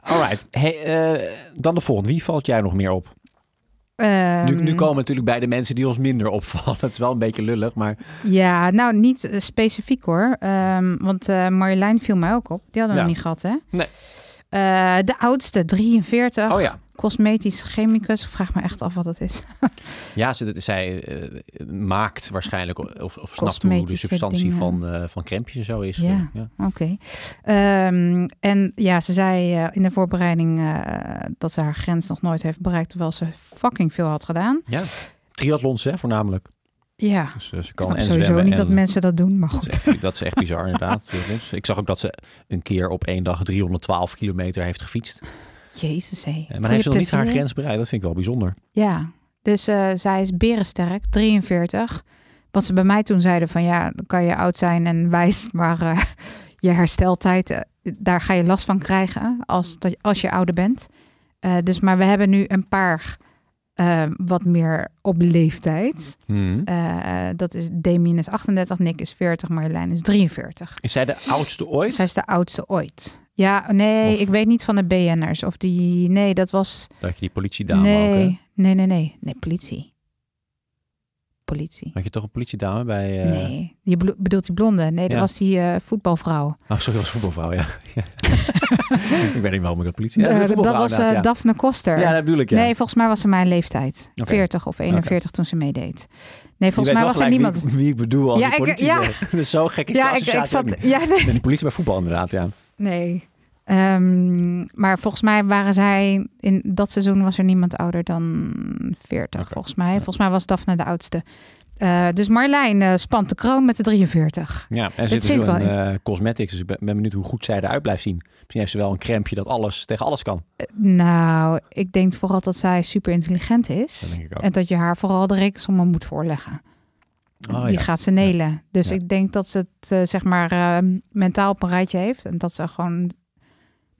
A: Alright, hey, eh, dan de volgende. Wie valt jij nog meer op?
C: [laughs]
A: Nu,
C: Ehm,
A: nu komen we natuurlijk bij de mensen die ons minder opvallen. [laughs] Dat is wel een beetje lullig, maar
C: Ja, nou niet eh, specifiek hoor. Ehm, want eh, Marjolein viel mij ook op. Die hadden we
A: Ja.
C: nog niet gehad, hè?
A: Nee.
C: Eh, de oudste, 43.
A: Oh ja.
C: Cosmetisch chemicus. Ik vraag me echt af wat dat is. [laughs]
A: Ja, ze, zij eh, maakt waarschijnlijk of, of snapt hoe de
C: Cosmetische
A: substantie
C: dingen.
A: van, eh van crèmpjes en zo is.
C: Ja.
A: ja.
C: Oké. Ehm, en ja, ze zei eh, in de voorbereiding eh, dat ze haar grens nog nooit heeft bereikt, terwijl ze fucking veel had gedaan.
A: Ja. Triathlons, hè, voornamelijk.
C: Ja,
A: Dus eh, ze
C: ik
A: kan
C: snap
A: en
C: sowieso
A: zwemmen
C: niet
A: en-
C: dat mensen dat doen, maar
A: Dat
C: goed.
A: is, echt, dat is echt bizar, inderdaad. triathlons. Ik zag ook dat ze een keer op één dag 312 kilometer heeft gefietst. Eh,
C: Jezus, hé.
A: Maar
C: Voor je
A: heeft ze nog niet haar
C: plezier.
A: grens bereikt. Dat vind ik wel bijzonder.
C: Ja, dus eh, zij is berensterk, 43. Wat ze bij mij toen zeiden van ja, dan kan je oud zijn en wijs, [laughs] maar eh, je hersteltijd, eh, daar ga je last van krijgen als, dat- als je ouder bent. Eh, dus, maar we hebben nu een paar eh, wat meer op leeftijd.
A: Hmm.
C: Eh, dat is Damien is 38, Nick is 40, Marjolein is 43.
A: Is zij de oudste ooit?
C: Zij is de oudste ooit. Ja, nee,
A: Of-
C: ik weet niet van de BN'ers of die... Nee, dat was...
A: Dat je die politiedame ook,
C: nee,
A: hè?
C: nee, nee, nee. Nee, politie. Politie.
A: Had je toch een politiedame bij... eh,
C: Nee, je bedo- bedoelt die blonde. Nee, dat
A: Ja.
C: was die eh, voetbalvrouw.
A: Oh, sorry, dat was voetbalvrouw, ja. [laughs] Ja. ik weet niet waarom ik dat politie... Ja,
C: Eh,
A: de
C: dat
A: voetbalvrouw
C: was eh,
A: inderdaad,
C: Daphne Koster.
A: ja. ja, dat bedoel ik, ja.
C: Nee, volgens mij was ze mijn leeftijd.
A: Oké.
C: 40 of 41 toen ze meedeed. Nee,
A: Je weet
C: volgens mij
A: wel
C: was er
A: gelijk
C: niemand...
A: Wie, ik- wie ik bedoel als
C: Ja,
A: ik
C: ik-
A: politie [laughs]
C: ja.
A: zeg. Dus zo gek is
C: ja,
A: de
C: ik, ik
A: associatie ook
C: zat...
A: niet.
C: Ja, nee. [laughs]
A: En die politie bij voetbal inderdaad, ja.
C: nee. Ehm, maar volgens mij waren zij... In dat seizoen was er niemand ouder dan 40,
A: Oké.
C: volgens mij.
A: Ja.
C: Volgens mij was Daphne de oudste. Eh, dus Marlijn eh, spant de kroon met de 43.
A: Ja, en zit dus
C: vind ik
A: in
C: wel
A: eh, cosmetics. Dus ik ben, ben benieuwd hoe goed zij eruit blijft zien. Misschien heeft ze wel een crempje dat alles tegen alles kan.
C: Nou, ik denk vooral dat zij super intelligent
A: Dat
C: is.
A: denk ik ook.
C: En dat je haar vooral de rekensommen moet voorleggen.
A: Oh,
C: Die
A: ja.
C: gaat ze nelen. Dus
A: Ja.
C: ik denk dat ze het eh, zeg maar eh, mentaal op een rijtje heeft. En dat ze gewoon,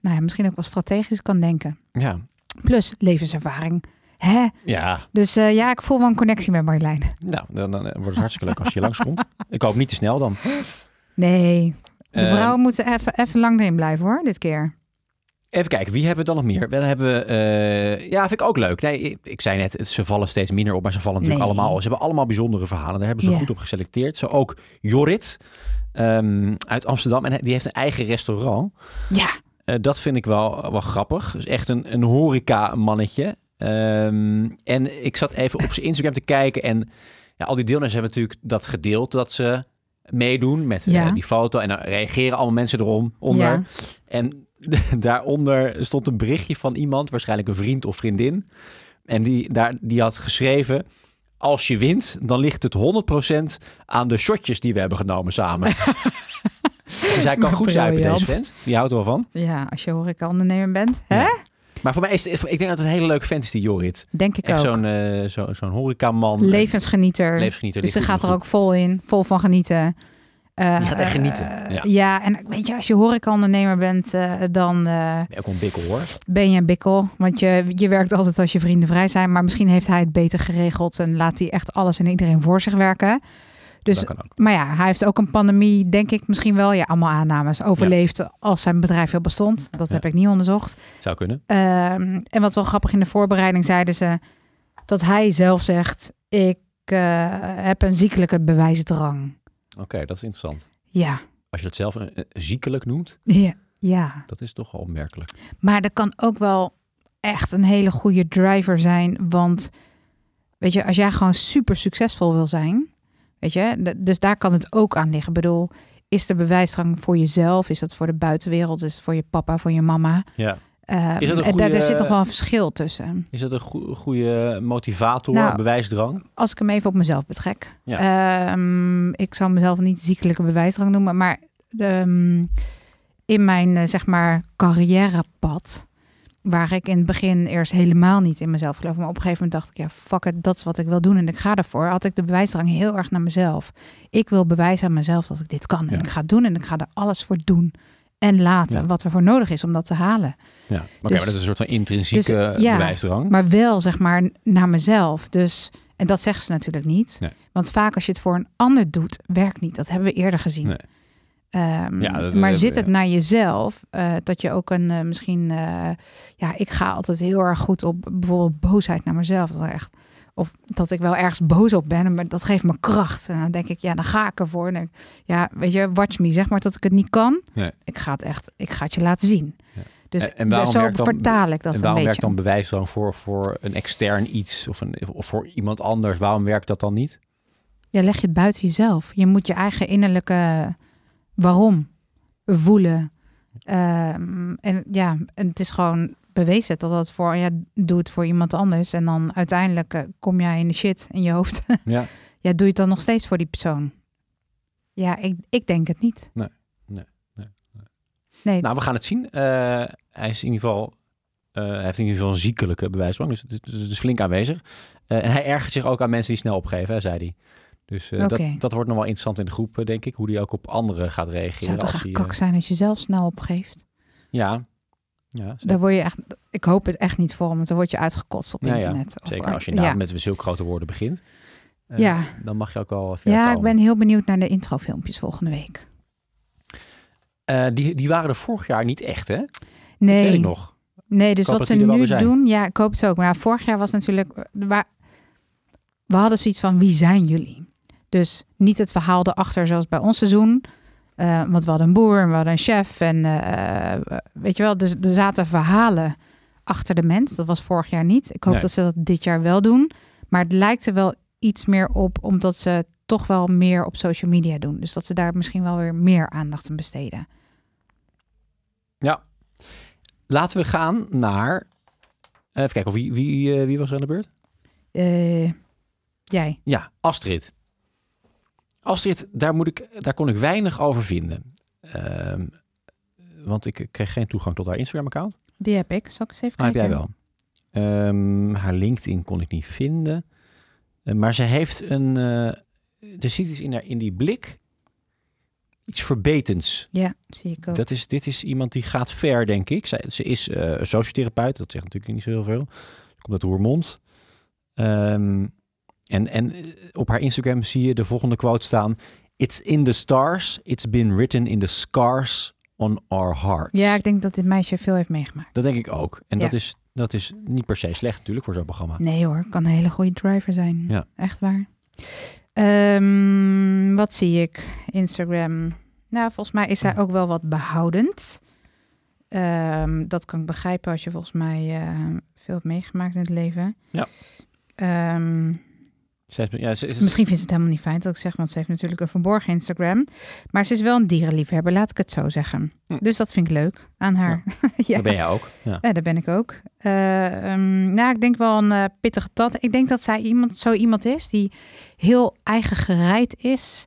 C: nou ja, misschien ook wel strategisch kan denken.
A: Ja.
C: Plus levenservaring. Hè?
A: ja,
C: Dus eh, ja, ik voel wel een connectie met Marjolein.
A: nou, dan, dan eh, wordt het hartstikke leuk als je [laughs] langskomt. Ik hoop niet te snel dan.
C: Nee, de
A: Eh,
C: vrouwen moeten even, even lang erin blijven hoor, dit keer.
A: Even kijken, wie hebben we dan nog meer? Dan hebben we, eh, ja, vind ik ook leuk. Nee, ik, ik zei net, het- ze vallen steeds minder op, maar ze vallen natuurlijk
C: Nee.
A: allemaal. Ze hebben allemaal bijzondere verhalen. Daar hebben ze
C: Ja.
A: goed op geselecteerd. Zo ook Jorrit ehm, uit Amsterdam. En hij- die heeft een eigen restaurant.
C: Ja,
A: Eh, dat vind ik wel, wel grappig. Dus echt een, een horeca-mannetje. Ehm, en ik zat even op zijn Instagram te kijken. En ja, al die deelnemers hebben natuurlijk dat gedeeld dat ze meedoen met eh,
C: Ja.
A: die foto. En dan reageren allemaal mensen erom onder.
C: Ja.
A: En [laughs] daaronder stond een berichtje van iemand, waarschijnlijk een vriend of vriendin. En die, daar, die had geschreven... Als je wint, dan ligt het 100% aan de shotjes die we hebben genomen
C: [laughs]
A: samen. dus hij kan
C: Maar
A: goed zuipen, deze
C: briljant.
A: vent. Die houdt er wel van.
C: ja als je horeca-ondernemer bent, hè?
A: Ja. Maar voor mij is het, ik denk dat het een hele leuke vent is, die Jorrit.
C: Denk ik
A: Echt
C: ook.
A: zo'n eh zo, zo'n horecaman. eh,
C: Levensgenieter.
A: Levensgenieter.
C: Dus ze
A: ligt goed
C: gaat er
A: in de
C: ook vol in, vol van genieten. Eh,
A: Die gaat echt
C: eh,
A: genieten, ja.
C: ja. en weet je, als je horecaondernemer bent, eh, dan eh,
A: groep. Ook een bikkel, hoor.
C: ben je een bikkel. Want je, je werkt altijd als je vrienden vrij zijn. Maar misschien heeft hij het beter geregeld en laat hij echt alles en iedereen voor zich werken. Dus,
A: dat kan ook.
C: maar ja, hij heeft ook een pandemie, denk ik misschien wel. Ja, allemaal aannames. Overleefd als zijn bedrijf heel bestond. Dat
A: Ja.
C: heb ik niet onderzocht.
A: Zou kunnen.
C: Ehm, en wat wel grappig in de voorbereiding zeiden ze dat hij zelf zegt: Ik eh, heb een ziekelijke bewijsdrang.
A: Oké, dat is interessant.
C: Ja,
A: Als je dat zelf een, een ziekelijk noemt,
C: ja, ja.
A: dat is toch wel opmerkelijk.
C: Maar dat kan ook wel echt een hele goede driver zijn. Want weet je, als jij gewoon super succesvol wil zijn, weet je, d- dus daar kan het ook aan liggen. Ik bedoel, is de bewijsdrang voor jezelf? Is dat voor de buitenwereld? Is het voor je papa, voor je mama?
A: Ja.
C: Ehm,
A: Is dat een
C: en daar, daar
A: goede-
C: zit nog wel een verschil tussen.
A: Is dat een goede motivator,
C: Nou,
A: bewijsdrang?
C: als ik hem even op mezelf betrek.
A: Ja.
C: Ehm, ik zou mezelf niet ziekelijke bewijsdrang noemen, maar ehm, in mijn eh, zeg maar carrièrepad, waar ik in het begin eerst helemaal niet in mezelf geloofde, maar op een gegeven moment dacht ik, ja, fuck het, dat is wat ik wil doen en ik ga daarvoor, had ik de bewijsdrang heel erg naar mezelf. Ik wil bewijzen aan mezelf dat ik dit kan en
A: Ja.
C: ik ga het doen en ik ga er alles voor doen en laten
A: Ja.
C: wat er voor nodig is om dat te halen.
A: Ja. Maar, oké,
C: Dus-
A: maar dat is een soort van intrinsieke
C: dus, ja.
A: bewijsdrang.
C: Maar wel, zeg maar, naar mezelf. Dus, en dat zeggen ze natuurlijk niet.
A: Nee.
C: Want vaak als je het voor een ander doet, werkt niet. Dat hebben we eerder gezien.
A: Nee.
C: Ehm,
A: Ja, dat-
C: maar
A: dat-
C: zit
A: ja.
C: het naar jezelf, eh, dat je ook een eh, misschien... eh, ja, ik ga altijd heel erg goed op bijvoorbeeld boosheid naar mezelf. Dat er echt, of dat ik wel ergens boos op ben, maar dat geeft me kracht. En dan denk ik, ja, dan ga ik ervoor. En dan- ja, weet je, watch me, zeg maar dat ik het niet kan.
A: Nee.
C: Ik ga het echt, ik ga het je laten zien.
A: Ja.
C: Dus
A: En- en waarom
C: zo
A: werkt dan-
C: vertaal ik dat
A: en
C: een
A: waarom
C: beetje.
A: werkt dan bewijsdrang voor, voor een extern iets of, een, of voor iemand anders? Waarom werkt dat dan niet?
C: Ja, leg je het buiten jezelf. Je moet je eigen innerlijke waarom voelen. Ehm, en ja, en het is gewoon bewezen dat dat voor, ja, doe het voor iemand anders. En dan uiteindelijk eh, kom jij in de shit in je hoofd. [laughs]
A: Ja.
C: ja, doe je het dan nog steeds voor die persoon? Ja, ik, ik denk het niet.
A: Nee, nee, nee, nee.
C: Nee,
A: Nou, we gaan het zien. Eh, hij is in ieder geval. eh, hij heeft in ieder geval een ziekelijke bewijsdrang. Dus het is- dus het is flink aanwezig. Eh, en hij ergert zich ook aan mensen die snel opgeven, hè, zei hij. Dus eh,
C: Oké.
A: dat, dat wordt nog wel interessant in de groep, eh, denk ik. Hoe hij ook op anderen gaat
C: het zou
A: reageren.
C: toch
A: Als
C: echt
A: hij,
C: kak
A: eh,
C: zijn als je zelf snel opgeeft.
A: ja, ja zeker.
C: Daar word je echt, ik hoop het echt niet voor, want dan word je uitgekotst op
A: Ja, ja.
C: internet. Of-
A: Zeker als je
C: ja.
A: inderdaad met zulke grote woorden begint. Eh,
C: Ja.
A: Dan mag je ook wel ver
C: ja, ik
A: komen.
C: ben heel benieuwd naar de introfilmpjes volgende week.
A: Eh, die, die waren er vorig jaar niet echt, hè? Dat
C: Nee,
A: weet ik nog.
C: Nee, dus
A: Ik hoop
C: wat ze
A: dat die er wel
C: nu
A: weer zijn.
C: doen, ja, ik hoop het ook. Maar ja, vorig jaar was natuurlijk, waar, we hadden zoiets van, wie zijn jullie? Dus niet het verhaal erachter zoals bij ons seizoen. Eh, want we hadden een boer en we hadden een chef. En eh, weet je wel, dus er zaten verhalen achter de mens. Dat was vorig jaar niet. Ik hoop
A: Nee.
C: dat ze dat dit jaar wel doen. Maar het lijkt er wel iets meer op, omdat ze toch wel meer op social media doen. Dus dat ze daar misschien wel weer meer aandacht aan besteden.
A: Laten we gaan naar... eh, Even kijken, of wie, wie, eh, wie was er aan de beurt?
C: Eh, jij?
A: Ja, Astrid. Astrid, daar, moet ik, daar kon ik weinig over vinden. Ehm, want ik kreeg geen toegang tot haar Instagram-account.
C: Die heb ik. Zal ik eens even
A: Maar Ah, heb
C: kijken?
A: jij wel. Ehm, haar LinkedIn kon ik niet vinden. Eh, maar ze heeft een... eh, er zit iets in, haar, in die blik. Iets verbetends.
C: Ja, zie ik ook.
A: Dat is, dit is iemand die gaat ver, denk ik. Zij, ze is eh sociotherapeut, dat zegt natuurlijk niet zo heel veel. Ze komt uit Roermond. Ehm, en, en eh, op haar Instagram zie je de volgende quote staan. It's in the stars, it's been written in the scars on our hearts.
C: Ja, ik denk dat dit meisje veel heeft meegemaakt.
A: Dat denk ik ook. En
C: Ja.
A: dat, is, dat is niet per se slecht natuurlijk voor zo'n programma.
C: Nee hoor, kan een hele goede driver zijn.
A: Ja.
C: Echt waar. Ehm, wat zie ik? Instagram. Nou, volgens mij is zij ook wel wat behoudend. Ehm, dat kan ik begrijpen als je volgens mij eh, veel hebt meegemaakt in het leven.
A: Ja.
C: Ehm,
A: Zij is- ja, ze is,
C: Dus Misschien vindt ze het helemaal niet fijn dat ik zeg, want ze heeft natuurlijk een verborgen Instagram. Maar ze is wel een dierenliefhebber, laat ik het zo zeggen.
A: Hm.
C: Dus dat vind ik leuk aan haar. [laughs] Ja.
A: Dat ben jij ook. Ja.
C: Ja, daar ben ik ook. Eh, ehm, nou, ik denk wel een eh, pittige tat. Ik denk dat zij iemand, zo iemand is die heel eigen gereid is.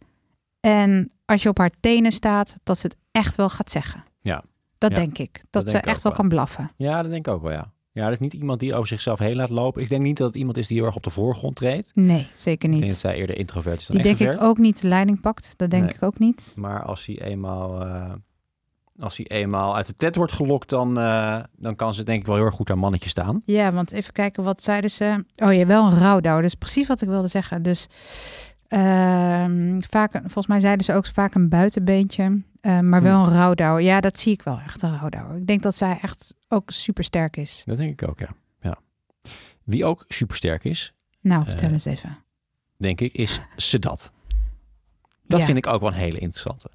C: En als je op haar tenen staat, dat ze het echt wel gaat zeggen.
A: Ja.
C: Dat
A: Ja,
C: denk ik. Dat,
A: dat
C: ze
A: denk ik
C: echt
A: ook
C: wel
A: wel.
C: kan blaffen.
A: ja, dat denk ik ook wel, ja. Ja, dat is niet iemand die over zichzelf heen laat lopen. Ik denk niet dat het iemand is die heel erg op de voorgrond treedt.
C: Nee, zeker
A: Ik denk dat
C: niet.
A: zij eerder introvert is dan
C: Die denk
A: extrovert.
C: ik ook niet de leiding pakt. Dat denk
A: Nee.
C: ik ook niet.
A: Maar als hij eenmaal, eh, als hij eenmaal uit de tent wordt gelokt, dan, eh, dan kan ze denk ik wel heel erg goed aan mannetje staan.
C: Ja, want even kijken, wat zeiden ze? Oh ja, wel een rouwdouw. Dat is precies wat ik wilde zeggen. Dus ehm, vaak, volgens mij zeiden ze ook vaak een buitenbeentje. eh, maar wel
A: Hmm.
C: een rouwdouw. Ja, dat zie ik wel echt, een rouwdouw. Ik denk dat zij echt ook supersterk is.
A: Dat denk ik ook, ja. ja. Wie ook supersterk is,
C: Nou, vertel
A: Eh,
C: eens even.
A: denk ik, is Sedat. Dat
C: ja.
A: vind ik ook wel een hele interessante.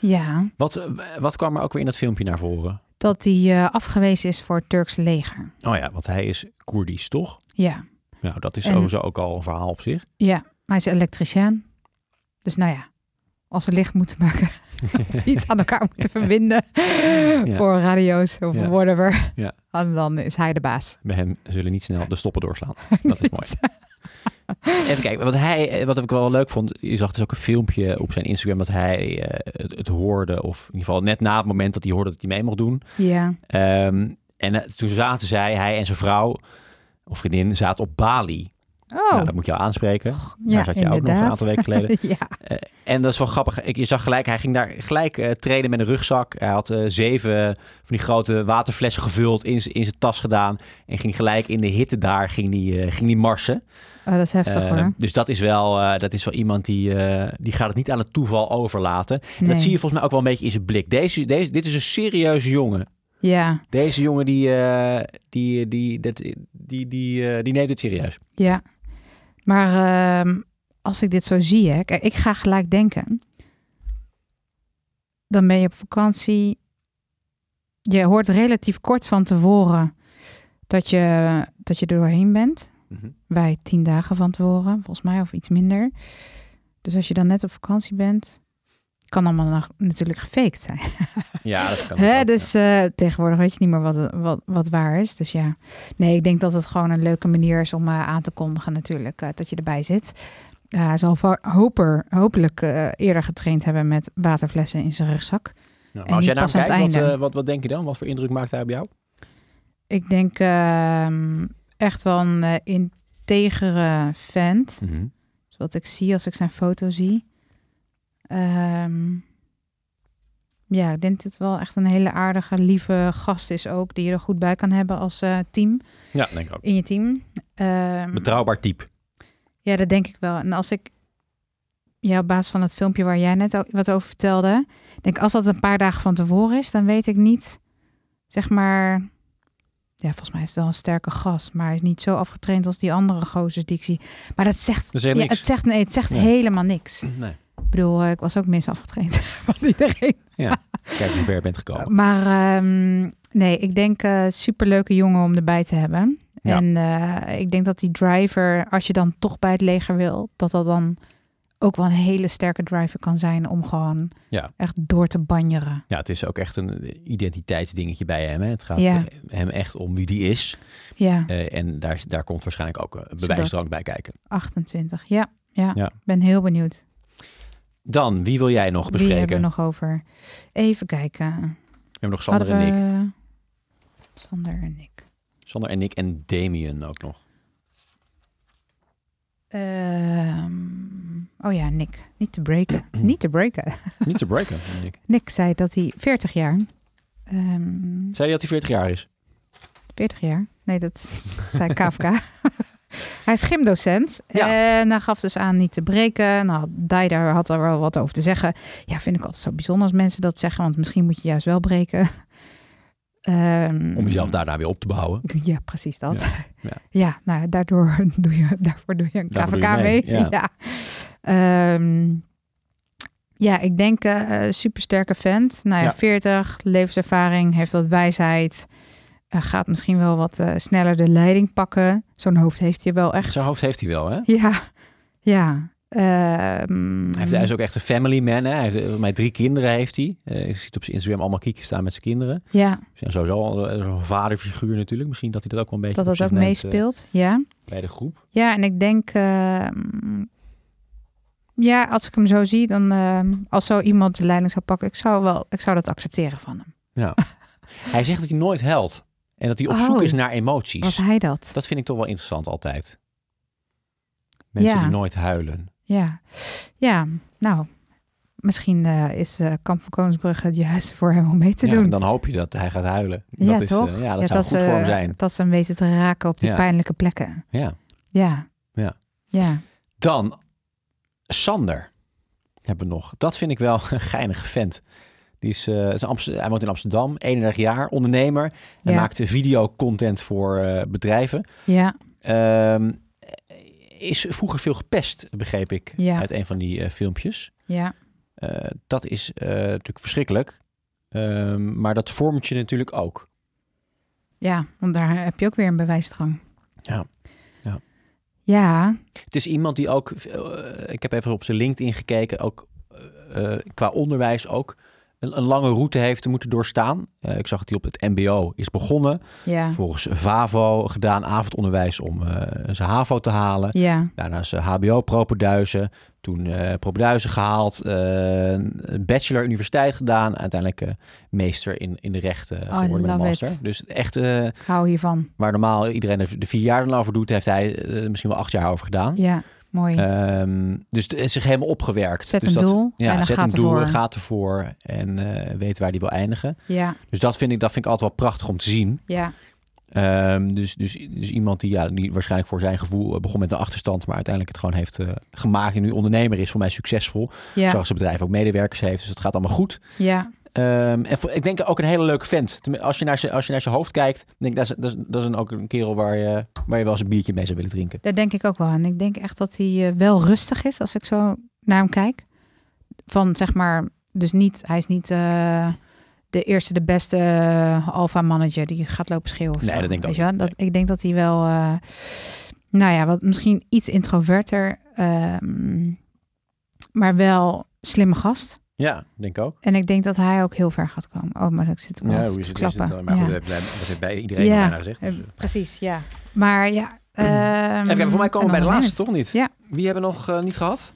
C: Ja,
A: Wat, eh, wat kwam er ook weer in dat filmpje naar voren?
C: dat die eh, afgewezen is voor het Turks leger.
A: Oh ja, want hij is Koerdisch, toch?
C: Ja,
A: Nou, dat is
C: En-
A: sowieso ook al een verhaal op
C: [laughs]
A: zich.
C: ja. Hij is elektricien. Dus nou ja, als ze licht moeten maken, [laughs] iets aan elkaar moeten
A: [laughs]
C: verbinden voor radio's of
A: Ja.
C: whatever.
A: Ja.
C: En [laughs] dan is hij de baas.
A: Bij hem zullen niet snel de stoppen
C: [laughs]
A: doorslaan. Dat is mooi. Even kijken, wat, hij, eh, wat ik wel leuk vond, je zag dus ook een filmpje op zijn Instagram dat hij eh, het, het hoorde, of in ieder geval net na het moment dat hij hoorde dat hij mee mocht doen.
C: Ja,
A: Ehm, en eh, toen zaten zij, hij en zijn vrouw, of vriendin, zaten op Bali.
C: Oh,
A: Nou, dat moet je jou aanspreken.
C: ja,
A: Daar zat je ook nog een
C: inderdaad.
A: aantal weken geleden.
C: ja.
A: En dat is wel grappig. Ik, je zag gelijk, hij ging daar gelijk eh, treden met een rugzak. Hij had eh, zeven van die grote waterflessen gevuld in, z- in zijn tas gedaan. En ging gelijk in de hitte daar, ging die, eh, ging die marsen.
C: Oh, dat is heftig
A: Eh,
C: hoor.
A: dus dat is wel, eh, dat is wel iemand die, eh, die gaat het niet aan het toeval overlaten. En
C: Nee.
A: dat zie je volgens mij ook wel een beetje in zijn blik. Deze, deze, dit is een serieuze jongen.
C: Ja,
A: Deze jongen die, eh, die, die, dat, die, die, eh, die neemt het serieus.
C: ja. Maar ehm, als ik dit zo zie, hè, kijk, ik ga gelijk denken. Dan ben je op vakantie. je hoort relatief kort van tevoren dat je, dat je er doorheen bent.
A: Mhm.
C: Wij tien dagen van tevoren, volgens mij, of iets minder. Dus als je dan net op vakantie bent, kan allemaal nog- natuurlijk gefaked zijn.
A: Ja, dat kan.
C: Hè,
A: ook,
C: dus eh, tegenwoordig weet je niet meer wat, wat, wat waar is. Dus ja, nee, ik denk dat het gewoon een leuke manier is om eh, aan te kondigen natuurlijk eh, dat je erbij zit. Eh, Hij zal va- hoper, hopelijk eh, eerder getraind hebben met waterflessen in zijn rugzak.
A: ja.
C: en
A: Maar als jij
C: niet
A: naar
C: pas aan
A: hem
C: het
A: kijkt, wat,
C: einde.
A: eh, wat, wat denk je dan? Wat voor indruk maakt hij op jou?
C: Ik denk ehm, echt wel een eh, integere vent.
A: Mhm.
C: Dus wat ik zie als ik zijn foto zie. Ehm, ja, ik denk dat het wel echt een hele aardige, lieve gast is ook. Die je er goed bij kan hebben als eh, team.
A: Ja, denk ik ook.
C: In je team. Ehm,
A: Betrouwbaar type.
C: ja, dat denk ik wel. En als ik... Ja, op basis van het filmpje waar jij net o- wat over vertelde. ik Denk, als dat een paar dagen van tevoren is, dan weet ik niet... Zeg maar... Ja, volgens mij is het wel een sterke gast. Maar hij is niet zo afgetraind als die andere gozers die ik zie. Maar dat zegt...
A: Dat zegt
C: ja,
A: niks.
C: het zegt, nee, het zegt
A: Nee.
C: helemaal niks.
A: Nee.
C: Ik bedoel, eh, ik was ook misafgetraind [laughs] van iedereen.
A: Kijk hoe ver je bent gekomen.
C: Maar ehm, nee, ik denk eh superleuke jongen om erbij te hebben.
A: Ja.
C: En eh, ik denk dat die driver, als je dan toch bij het leger wil, dat dat dan ook wel een hele sterke driver kan zijn om gewoon
A: Ja.
C: echt door te banjeren.
A: Ja, het is ook echt een identiteitsdingetje bij hem. Hè. Het gaat
C: Ja.
A: eh, hem echt om wie die is.
C: Ja,
A: Eh, en daar, daar komt waarschijnlijk ook een
C: Zodat-
A: bewijsdrang bij kijken.
C: 28. Ja, ja.
A: Ja.
C: ben heel benieuwd.
A: Dan, wie wil jij nog
C: Wie
A: bespreken?
C: hebben we nog over? Even kijken.
A: We hebben nog Sander en
C: Hadden
A: Nick.
C: we- Sander en Nick.
A: Sander en Nick en Damien ook nog.
C: Ehm, oh ja, Nick. Niet te breken. [clears throat] Niet te breken.
A: Niet te breken, [laughs] Nick.
C: Nick zei dat hij 40 jaar. ehm,
A: Zei hij dat hij 40 jaar is?
C: 40 jaar? Nee, dat [laughs] zei KFK.
A: [laughs]
C: hij is gymdocent. En hij gaf dus aan niet te breken. Nou, Dai daar had er wel wat over te zeggen. Ja, vind ik altijd zo bijzonder als mensen dat zeggen. Want misschien moet je juist wel breken. Ehm,
A: Om jezelf daarna weer op te bouwen.
C: [laughs] ja, precies dat. [laughs] Ja,
A: ja.
C: nou, daardoor [laughs] doe je, daarvoor doe je een
A: Daarvoor
C: KVK
A: doe je mee,
C: mee.
A: ja.
C: Ja. [laughs] Ja. Ehm, ja, ik denk eh eh, supersterke vent. Nou ja,
A: Ja.
C: 40, levenservaring, heeft wat wijsheid. eh, gaat misschien wel wat eh, sneller de leiding pakken. Zo'n hoofd heeft hij wel echt.
A: Zijn hoofd heeft hij wel, hè?
C: Ja, ja. Ehm,
A: Hij, heeft, hij is ook echt een family man, hè? Hij heeft eh, volgens mij drie kinderen heeft hij. Eh je ziet op zijn Instagram allemaal kiekjes staan met zijn kinderen.
C: Ja,
A: Dus ja, sowieso al, eh, zo'n vaderfiguur natuurlijk. Misschien dat hij dat ook wel een beetje
C: dat dat
A: op
C: ook
A: zich neemt, eh,
C: meespeelt. Ja.
A: bij de groep.
C: Ja, en ik denk, ehm, ja, als ik hem zo zie, dan ehm, als zo iemand de leiding zou pakken, ik zou wel, ik zou dat accepteren van hem.
A: Hij zegt dat hij nooit helpt. En dat hij op
C: Oh.
A: zoek is naar emoties.
C: Was hij dat?
A: Dat vind ik toch wel interessant altijd. Mensen
C: Ja.
A: die nooit huilen.
C: Ja, ja, nou, misschien eh, is eh, Kamp van Koningsbrugge het juiste voor hem om mee te
A: Ja,
C: doen.
A: en dan hoop je dat hij gaat huilen.
C: Ja,
A: dat is, eh,
C: toch?
A: ja, dat
C: Ja,
A: zou goed
C: ze,
A: voor hem zijn.
C: Dat eh, ze hem weten te raken op die
A: Ja.
C: pijnlijke plekken.
A: Ja.
C: Ja.
A: Ja.
C: Ja.
A: Dan Sander hebben we nog. Dat vind ik wel [laughs] een geinig vent. Die is, eh, is Amst- hij woont in Amsterdam, 31 jaar, ondernemer. Hij
C: Ja.
A: maakt videocontent voor eh, bedrijven.
C: Ja.
A: Ehm, is vroeger veel gepest, begreep ik,
C: Ja.
A: uit een van die eh, filmpjes.
C: Ja.
A: Eh, dat is eh, natuurlijk verschrikkelijk. Ehm, maar dat vormt je natuurlijk ook.
C: Ja, want daar heb je ook weer een bewijsdrang.
A: Ja. Ja.
C: Ja,
A: Het is iemand die ook, eh, ik heb even op zijn LinkedIn gekeken, ook eh, eh, qua onderwijs ook een, een lange route heeft moeten doorstaan. Eh, ik zag dat hij op het MBO is begonnen,
C: ja,
A: volgens VAVO gedaan, avondonderwijs om eh, zijn HAVO te halen.
C: ja,
A: Daarna eh, zijn HBO propenduizen, toen eh propenduizen gehaald, eh, een bachelor universiteit gedaan, uiteindelijk eh, meester in, in de rechten eh, geworden met een
C: Oh, love
A: master.
C: it.
A: Dus echt, eh,
C: ik hou hiervan.
A: waar normaal iedereen er de vier jaar dan over doet, heeft hij eh, misschien wel acht jaar over gedaan.
C: Ja, mooi.
A: Ehm, dus het is zich helemaal opgewerkt.
C: Zet
A: dus
C: een
A: dat,
C: doel
A: Ja,
C: en dan
A: zet
C: gaat
A: een doel,
C: ervoor.
A: gaat ervoor en eh, weet waar die wil eindigen.
C: ja,
A: Dus dat vind ik, dat vind ik altijd wel prachtig om te zien.
C: ja,
A: Ehm, dus, dus, dus iemand die, ja, die waarschijnlijk voor zijn gevoel eh, begon met een achterstand, maar uiteindelijk het gewoon heeft eh, gemaakt en nu ondernemer is, voor mij succesvol.
C: ja,
A: Zoals het bedrijf ook medewerkers heeft, dus het gaat allemaal goed.
C: ja,
A: Ehm, en voor- ik denk ook een hele leuke vent. Tenmin- Als je naar zijn, als je naar zijn hoofd kijkt, denk ik, dat is, dat is, dat is een, ook een kerel waar je, waar je wel eens een biertje mee zou willen drinken.
C: daar denk ik ook wel aan. Ik denk echt dat hij eh, wel rustig is als ik zo naar hem kijk. Van zeg maar, dus niet, hij is niet eh, de eerste, de beste eh, alfa-mannetje die gaat lopen schreeuwen. of
A: Nee,
C: zo.
A: dat denk ik ook
C: Weet je wel?
A: niet,
C: Dat, Ik denk dat hij wel, eh, nou ja, wat misschien iets introverter, ehm, maar wel slimme gast.
A: Ja, denk ik ook.
C: En ik denk dat hij ook heel ver gaat komen. Oh, maar ik zit wel
A: Ja,
C: even
A: hoe is
C: te
A: het? Is het
C: klappen.
A: wel? maar goed, eh,
C: Ja.
A: dat heeft- dat heeft bij iedereen
C: Ja.
A: al bijna gezegd. Dus,
C: Eh,
A: eh.
C: Precies, ja. Maar ja. ehm,
A: Even kijken, voor mij komen we bij de
C: en
A: laatste,
C: dan
A: toch niet?
C: Ja.
A: Wie hebben we nog eh, niet gehad?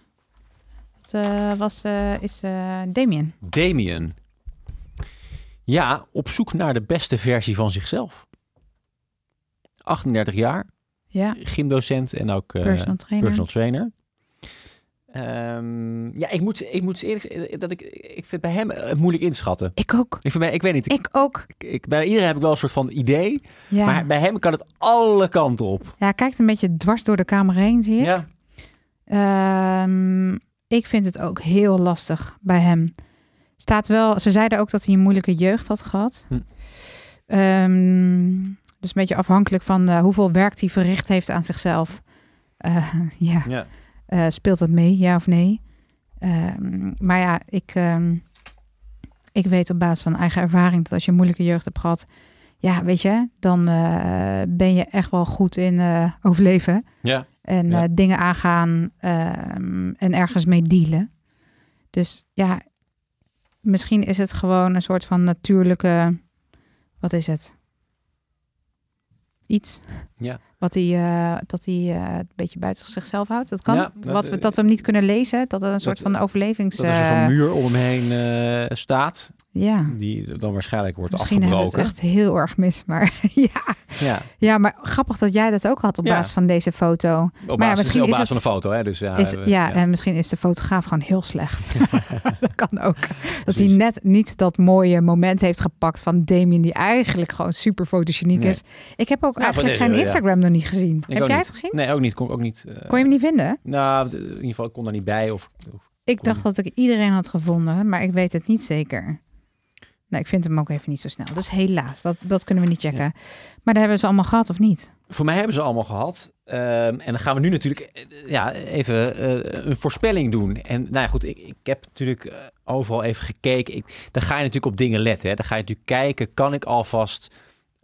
C: Het eh, was, eh, is eh Damien.
A: Damien. Ja, op zoek naar de beste versie van zichzelf. 38 jaar,
C: Ja,
A: gymdocent en ook eh,
C: personal trainer.
A: personal trainer. Ehm, ja, ik moet, ik moet eerlijk zeggen eh, dat ik, ik vind het bij hem eh, moeilijk inschatten.
C: Ik ook.
A: Ik, vind bij, ik weet niet, ik,
C: Ik ook.
A: ik- bij iedereen heb ik wel een soort van idee,
C: Ja.
A: maar bij hem kan het alle kanten op.
C: ja, hij kijkt een beetje dwars door de kamer heen, zie je.
A: Ja,
C: Ehm, ik vind het ook heel lastig bij hem. Staat wel, ze zeiden ook dat hij een moeilijke jeugd had gehad.
A: Hm.
C: Ehm, dus een beetje afhankelijk van eh, hoeveel werk hij verricht heeft aan zichzelf. Eh, [laughs] ja.
A: ja.
C: Eh, speelt dat mee, ja of nee? Ehm, maar ja, ik, ehm, ik weet op basis van eigen ervaring dat als je een moeilijke jeugd hebt gehad, ja, weet je, dan eh, ben je echt wel goed in eh, overleven
A: ja.
C: en
A: Ja.
C: eh, dingen aangaan ehm, en ergens mee dealen. Dus ja, misschien is het gewoon een soort van natuurlijke, wat is het? Iets.
A: Ja.
C: Wat hij, eh, dat hij eh, een beetje buiten zichzelf houdt. Dat kan.
A: Ja, dat,
C: wat we,
A: eh,
C: dat we hem niet kunnen lezen. Dat er een soort van overlevings...
A: Dat er een soort
C: eh,
A: van muur om hem heen eh, staat,
C: ja.
A: die dan waarschijnlijk wordt
C: Misschien hebben we het
A: afgebroken.
C: echt heel erg mis. Maar [laughs] ja.
A: Ja,
C: ja, maar grappig dat jij dat ook had op
A: Ja.
C: basis van deze foto.
A: op
C: Maar ja,
A: basis,
C: misschien
A: op
C: is
A: basis
C: het-
A: van een foto. Hè? Dus, ja,
C: Is,
A: we-
C: ja, en misschien is de fotograaf gewoon heel slecht.
A: [laughs]
C: [laughs] dat kan ook. Dat hij
A: Precies.
C: net niet dat mooie moment heeft gepakt van Damien, die eigenlijk gewoon super fotogeniek
A: Nee.
C: is. Ik heb ook
A: Ja,
C: eigenlijk
A: van-
C: zijn
A: ja.
C: Instagram nog niet gezien.
A: Ik
C: heb
A: ook
C: jij
A: niet.
C: het gezien?
A: Nee, ook niet. Kon ik ook niet. eh,
C: Kon je hem niet vinden?
A: Nou, in ieder geval, ik kon daar niet bij. Of, of-
C: Ik
A: kon-
C: dacht dat ik iedereen had gevonden, maar ik weet het niet zeker. Nou, ik vind hem ook even niet zo snel. Dus helaas, dat, dat kunnen we niet checken. Maar daar hebben ze allemaal gehad of niet?
A: Voor mij hebben ze allemaal gehad. Ehm, en dan gaan we nu natuurlijk eh, ja, even eh, een voorspelling doen. En nou ja, goed, ik, ik heb natuurlijk eh, overal even gekeken. Ik, dan ga je natuurlijk op dingen letten. Hè. Dan ga je natuurlijk kijken, kan ik alvast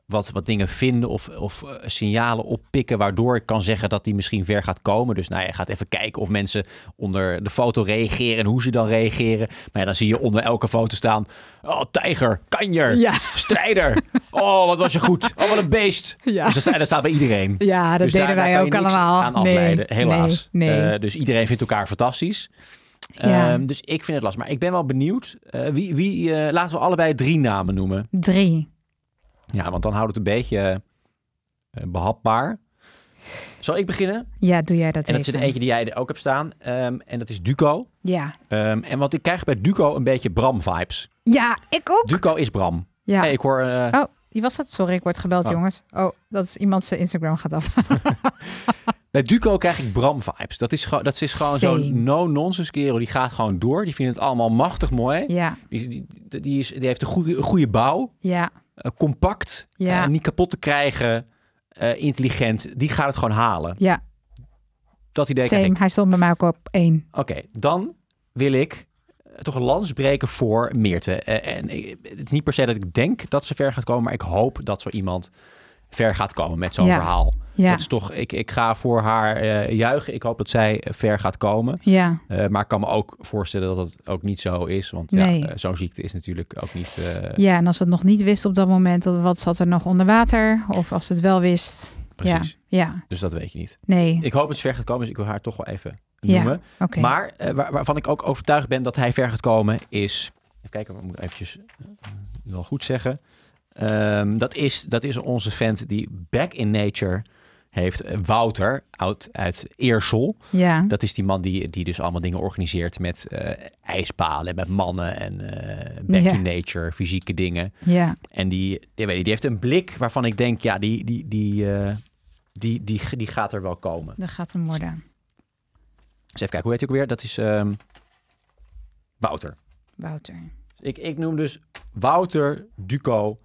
A: wat, wat dingen vinden of, of eh, signalen oppikken... waardoor ik kan zeggen dat die misschien ver gaat komen. Dus nou, ja, je gaat even kijken of mensen onder de foto reageren... en hoe ze dan reageren. Maar ja, dan zie je onder elke foto staan... Oh, tijger, kanjer,
C: Ja.
A: strijder. Oh, wat was je goed. Oh, wat een beest.
C: Ja.
A: Dus dat, staat- dat staat bij iedereen.
C: Ja, dat
A: Dus
C: deden
A: daar- daar
C: wij
A: kan
C: ook
A: je niks
C: allemaal.
A: Aan afleiden,
C: nee,
A: helaas.
C: Nee, nee.
A: Eh, dus iedereen vindt elkaar fantastisch.
C: Ja.
A: Ehm, dus ik vind het lastig. Maar ik ben wel benieuwd. eh, wie, wie, eh, laten we allebei drie namen noemen.
C: Drie.
A: Ja, want dan houdt het een beetje eh, behapbaar. Zal ik beginnen?
C: Ja, doe jij dat
A: En dat is
C: even.
A: er eentje die jij er ook hebt staan. Ehm, en dat is Duco.
C: Ja.
A: Ehm, en wat ik krijg bij Duco een beetje Bram-vibes.
C: ja, ik ook.
A: Duco is Bram.
C: Ja.
A: Hey, ik hoor... eh,
C: Oh, die was het? Sorry, ik word gebeld,
A: Oh.
C: jongens. Oh, dat is iemand zijn Instagram gaat af. [laughs]
A: Bij Duco krijg ik Bram-vibes. Dat is, gewoon- dat is gewoon
C: Same.
A: zo'n no-nonsense kerel. Die gaat gewoon door. Die vindt het allemaal machtig mooi.
C: ja,
A: Die, die, die, is, die heeft een goede, een goede bouw.
C: ja,
A: eh, compact.
C: Ja.
A: eh, niet kapot te krijgen. eh, intelligent. Die gaat het gewoon halen.
C: ja.
A: Dat idee krijg
C: Same.
A: ik.
C: Hij stond bij mij ook op één.
A: Oké, dan wil ik eh, toch een lans breken voor Meerte. Eh, en ik- het is niet per se dat ik denk dat ze ver gaat komen. Maar ik hoop dat zo iemand ver gaat komen met zo'n
C: Ja.
A: verhaal.
C: Ja,
A: Dat is toch, ik, ik ga voor haar eh, juichen. Ik hoop dat zij eh, ver gaat komen.
C: ja,
A: Eh, maar ik kan me ook voorstellen dat dat ook niet zo is. Want
C: Nee.
A: ja, eh, zo'n ziekte is natuurlijk ook niet... eh,
C: ja. En als ze het nog niet wist op dat moment, dan wat zat er nog onder water? Of als ze het wel wist?
A: Precies.
C: Ja, ja.
A: Dus dat weet je niet.
C: Nee,
A: Ik hoop dat ze ver gaat komen, dus ik wil haar toch wel even
C: Ja,
A: noemen.
C: oké.
A: Maar eh, waar- waarvan ik ook overtuigd ben dat hij ver gaat komen is... Even kijken, we moeten eventjes eh, wel goed zeggen. Ehm, dat, is, dat is onze vent die Back in Nature heeft. eh, Wouter, uit, uit Eersel.
C: Ja,
A: Dat is die man die, die dus allemaal dingen organiseert met eh ijsbalen, en met mannen en eh, Back
C: Ja.
A: in Nature, fysieke dingen.
C: ja,
A: En die, ik weet niet, die heeft een blik waarvan ik denk, ja, die, die, die, eh, die, die, die, gaat er wel komen.
C: dat gaat hem worden.
A: Dus even kijken, hoe heet hij ook weer? Dat is ehm, Wouter.
C: Wouter.
A: Dus ik, ik noem dus Wouter, Duco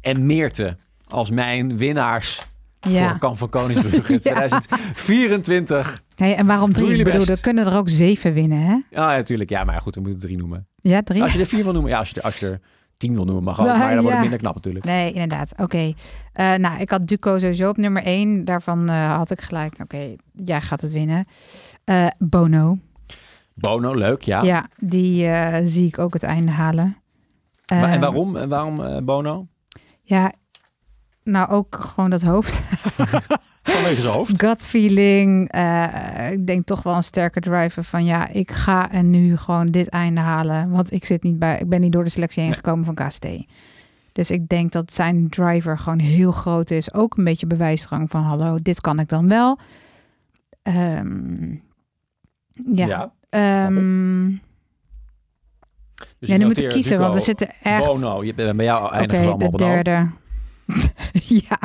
A: en Meerte als mijn winnaars voor
C: [laughs] Ja.
A: Kamp van Koningsbrugge 2024.
C: Hey, en waarom drie?
A: Doe
C: Ik
A: jullie
C: bedoel,
A: best.
C: er kunnen er ook zeven winnen, hè?
A: Ah, natuurlijk. Ja, maar goed, we moeten drie noemen.
C: Ja, drie.
A: Als je er vier wil noemen, ja, als je er, als je er tien wil noemen mag ook,
C: Ja,
A: maar dan wordt
C: ja.
A: het minder knap natuurlijk.
C: Nee, inderdaad. Oké. Eh, nou, ik had Duco sowieso op nummer 1. Daarvan eh, had ik gelijk. Oké, jij gaat het winnen. Eh, Bono.
A: Bono, leuk, ja.
C: Ja, die eh, zie ik ook het einde halen.
A: Wa- en
C: Ehm,
A: waarom, en waarom eh, Bono?
C: Ja, nou ook gewoon dat hoofd.
A: Vanwege zijn hoofd.
C: Gut feeling. eh, ik denk toch wel een sterke driver van ja, ik ga en nu gewoon dit einde halen. Want ik zit niet bij, ik ben niet door de selectie heen
A: Nee.
C: gekomen van KST. Dus ik denk dat zijn driver gewoon heel groot is. Ook een beetje bewijsdrang van hallo, dit kan ik dan wel. Ehm, ja. Ehm,
A: dus
C: ja,
A: ik
C: nu moet ik
A: noteer
C: kiezen, want er
A: Duco.
C: zitten echt...
A: Bono, je, bij jou eindigen
C: Oké,
A: ze allemaal
C: de
A: op een O.
C: derde. [laughs] ja.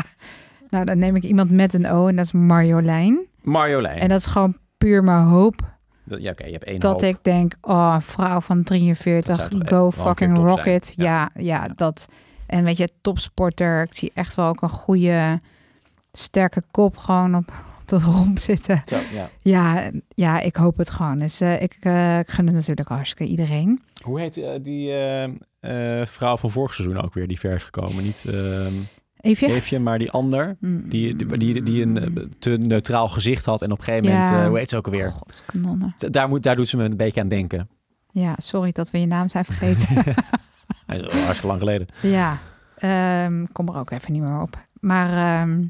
C: Nou, dan neem ik iemand met een O en dat is Marjolein.
A: Marjolein.
C: En dat is gewoon puur mijn hoop
A: Dat- ja, oké, je hebt één
C: dat
A: hoop.
C: ik denk, oh, een vrouw van
A: Dat
C: 43,
A: zou toch echt wel
C: go
A: een keer
C: fucking
A: top zijn.
C: rocket.
A: Ja.
C: Ja. Ja,
A: Ja.
C: dat. En weet je, topsporter. Ik zie echt wel ook een goede, sterke kop gewoon op, [laughs] op dat romp zitten.
A: Zo, ja.
C: Ja, ja, ik hoop het gewoon. Dus eh, ik, eh, ik gun het natuurlijk hartstikke iedereen.
A: Hoe heet eh, die eh, eh, vrouw van vorig seizoen ook weer die vers gekomen? Niet ehm
C: Eefje? Mm.
A: Eefje, maar die ander. Die, die, die, die een eh, te neutraal gezicht had en op een gegeven moment,
C: Ja.
A: eh, hoe heet ze ook alweer?
C: God, kanonnen.
A: D- Daar, moet, daar doet ze me een beetje aan denken.
C: Ja, sorry dat we je naam zijn vergeten.
A: [laughs] Hij is al hartstikke lang geleden.
C: Ja, ehm, kom er ook even niet meer op. Maar ehm,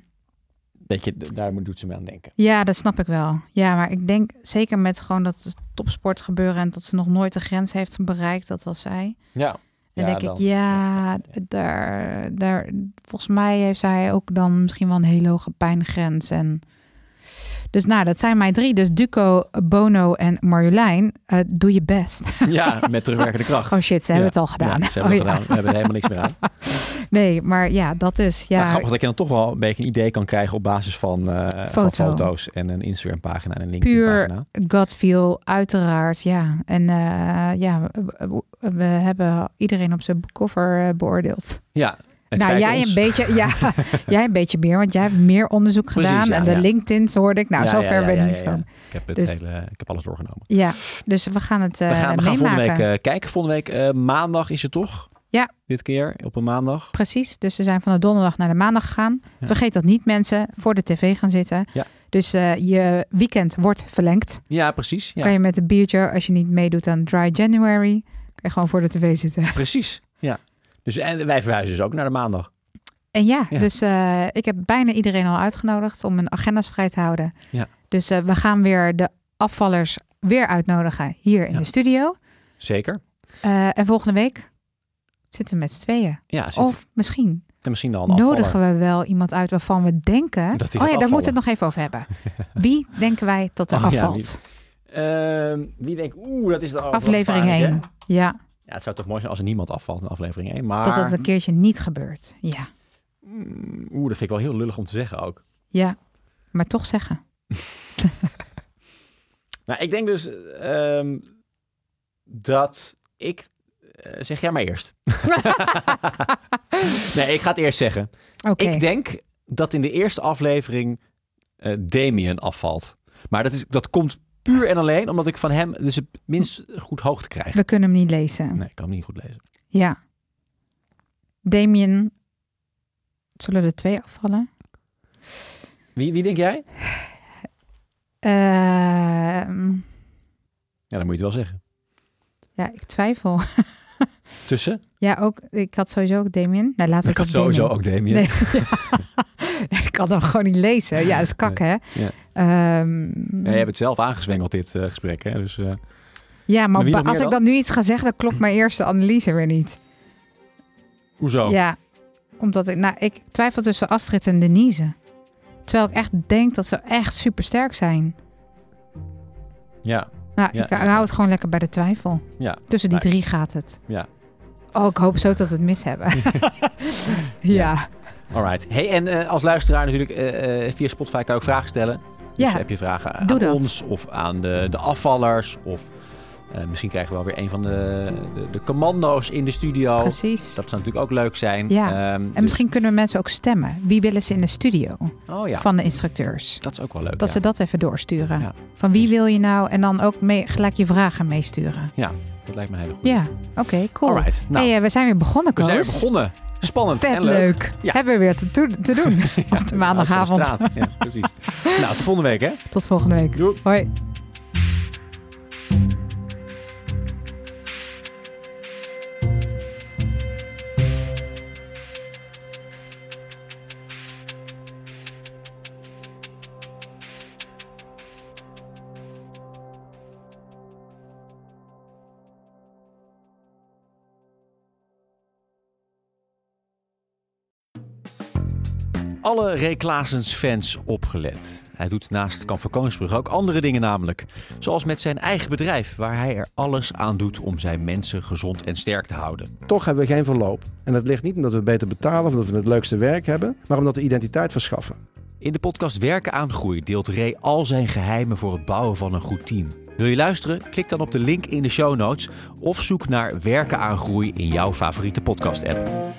A: Beetje, d- daar moet- doet ze me aan denken.
C: ja, dat snap ik wel. Ja, maar ik denk zeker met gewoon dat topsport gebeuren en dat ze nog nooit de grens heeft bereikt, dat was zij.
A: Ja.
C: En
A: Ja,
C: denk
A: dan.
C: ik, ja, daar, daar, volgens mij heeft zij ook dan misschien wel een hele hoge pijngrens. En... Dus nou, dat zijn mijn drie. Dus Duco, Bono en Marjolein, eh, doe je best. [laughs]
A: Ja, met terugwerkende kracht.
C: Oh shit, ze hebben
A: Ja.
C: het al gedaan.
A: Ja, ze hebben het
C: [laughs] Oh ja.
A: gedaan. We hebben er helemaal niks meer aan.
C: Nee, maar ja, dat dus. Ja,
A: Maar Nou, grappig dat je dan toch wel een beetje een idee kan krijgen op basis van, eh,
C: Foto.
A: van foto's en een Instagram pagina en een LinkedIn
C: Puur
A: pagina.
C: Godfeel, uiteraard, ja. En eh, ja, we, we- we hebben iedereen op zijn koffer eh, beoordeeld.
A: Ja. Het
C: nou,
A: spijt
C: jij
A: ons.
C: een, beetje,
A: [laughs]
C: ja, jij een beetje meer, want jij hebt meer onderzoek
A: Precies,
C: gedaan.
A: ja,
C: en de
A: ja.
C: LinkedIn's hoorde ik. Nou,
A: Ja,
C: zover
A: ja,
C: ben
A: ja,
C: ik
A: ja,
C: niet
A: ja.
C: van.
A: Ik heb, het
C: Dus-
A: hele, ik heb alles doorgenomen.
C: Ja, dus we gaan het eh
A: we gaan, we gaan volgende
C: meemaken.
A: week eh, kijken. Volgende week eh, maandag is het toch?
C: Ja.
A: Dit keer op een maandag.
C: Precies, dus ze zijn van de donderdag naar de maandag gegaan.
A: Ja.
C: Vergeet dat niet, mensen, voor de tv gaan zitten.
A: Ja.
C: Dus eh, je weekend wordt verlengd.
A: Ja, precies. Ja,
C: Kan je met een biertje, als je niet meedoet aan Dry January, kan je gewoon voor de tv zitten.
A: Precies. Ja. Dus en wij verhuizen dus ook naar de maandag.
C: En ja,
A: Ja.
C: dus eh, ik heb bijna iedereen al uitgenodigd om hun agenda's vrij te houden.
A: Ja.
C: Dus eh, we gaan weer de afvallers weer uitnodigen hier in
A: Ja.
C: de studio.
A: Zeker.
C: Eh, en volgende week zitten we met z'n tweeën.
A: Ja, zit,
C: Of misschien
A: en misschien dan een
C: nodigen
A: afvaller.
C: we wel iemand uit waarvan we denken...
A: Dat die
C: oh ja,
A: gaat
C: daar moeten we
A: afvallen.
C: het nog even
A: [laughs]
C: over hebben. Wie denken wij dat er
A: Oh ja,
C: afvalt?
A: Ehm, wie denkt, oeh, dat is de
C: Aflevering
A: dat is
C: 1.
A: pijnlijk, hè?
C: Ja,
A: Ja, het zou toch mooi zijn als er niemand afvalt in aflevering 1. Maar,
C: dat dat een keertje niet gebeurt. Ja,
A: Mm, oeh, dat vind ik wel heel lullig om te zeggen ook.
C: ja. maar toch zeggen.
A: Nou, ik denk dus ehm, dat ik... eh, zeg jij maar
C: [laughs]
A: eerst. nee, ik ga het eerst zeggen.
C: Oké,
A: Ik denk dat in de eerste aflevering eh Damien afvalt. Maar dat, is, dat komt puur en alleen omdat ik van hem dus het minst goed hoogte krijg.
C: we kunnen hem niet lezen.
A: Nee, ik kan hem niet goed lezen.
C: Ja. Damien. Het zullen er twee afvallen.
A: Wie, wie denk jij?
C: Ehm,
A: Ja, dan moet je het wel zeggen.
C: ja, ik twijfel. [laughs]
A: Tussen?
C: Ja, ook. Ik had sowieso ook Damien. Nee, laten we
A: Ik
C: het
A: had
C: op
A: sowieso
C: Damien.
A: ook Damien.
C: Nee. [laughs] ik kan hem gewoon niet lezen. Ja, dat is kak, hè?
A: Ja.
C: Ehm,
A: Ja, jij hebt het zelf aangezwengeld, dit eh, gesprek. Hè? Dus, eh,
C: ja,
A: Maar
C: maar,
A: wie nog
C: als
A: meer
C: ik
A: dan?
C: dan nu iets ga zeggen, dan klopt mijn eerste analyse weer niet.
A: hoezo?
C: Ja, omdat ik, nou, ik twijfel tussen Astrid en Denise. Terwijl ik echt denk dat ze echt super sterk zijn.
A: Ja.
C: Nou,
A: Ja,
C: ik
A: ja,
C: hou
A: ja.
C: het gewoon lekker bij de twijfel.
A: Ja.
C: Tussen die
A: Nee.
C: drie gaat het.
A: Ja.
C: Oh, ik hoop zo dat we het mis
A: [laughs]
C: hebben. ja.
A: Alright. Hey, en eh, als luisteraar natuurlijk eh, eh, via Spotify kan je ook vragen stellen. Dus
C: Ja.
A: heb je vragen aan
C: Doe dat.
A: ons of aan de, de afvallers of Eh, misschien krijgen we wel weer een van de, de, de commando's in de studio.
C: Precies.
A: Dat zou natuurlijk ook leuk zijn.
C: Ja.
A: Ehm,
C: En
A: dus-
C: misschien kunnen mensen ook stemmen. Wie willen ze in de studio
A: oh ja,
C: van de instructeurs?
A: dat is ook wel leuk.
C: Dat
A: ja.
C: ze dat even doorsturen.
A: Ja. Dus-
C: Van wie wil je nou? En dan ook mee, gelijk je vragen meesturen.
A: ja, dat lijkt me een hele goede.
C: Ja, oké, cool.
A: Alright, nou,
C: hey, eh, we zijn weer begonnen,
A: we
C: Koos.
A: zijn weer begonnen. Spannend
C: Vet
A: en leuk.
C: leuk.
A: Ja.
C: Hebben we weer te, doen- te
A: [laughs]
C: doen op de
A: Hout
C: maandagavond.
A: van de straat. Ja,
C: [laughs]
A: precies. nou, tot volgende week hè.
C: Tot volgende week.
B: Doei.
C: Hoi.
A: Alle Ray Klaasens fans opgelet. Hij doet naast Kamp van Koningsbrug ook andere dingen namelijk. Zoals met zijn eigen bedrijf, waar hij er alles aan doet om zijn mensen gezond en sterk te houden.
B: Toch hebben we geen verloop. En dat ligt niet omdat we beter betalen of omdat we het leukste werk hebben, maar omdat we identiteit verschaffen.
A: In de podcast Werken aan Groei deelt Ray al zijn geheimen voor het bouwen van een goed team. Wil je luisteren? Klik dan op de link in de show notes of zoek naar Werken aan Groei in jouw favoriete podcast app.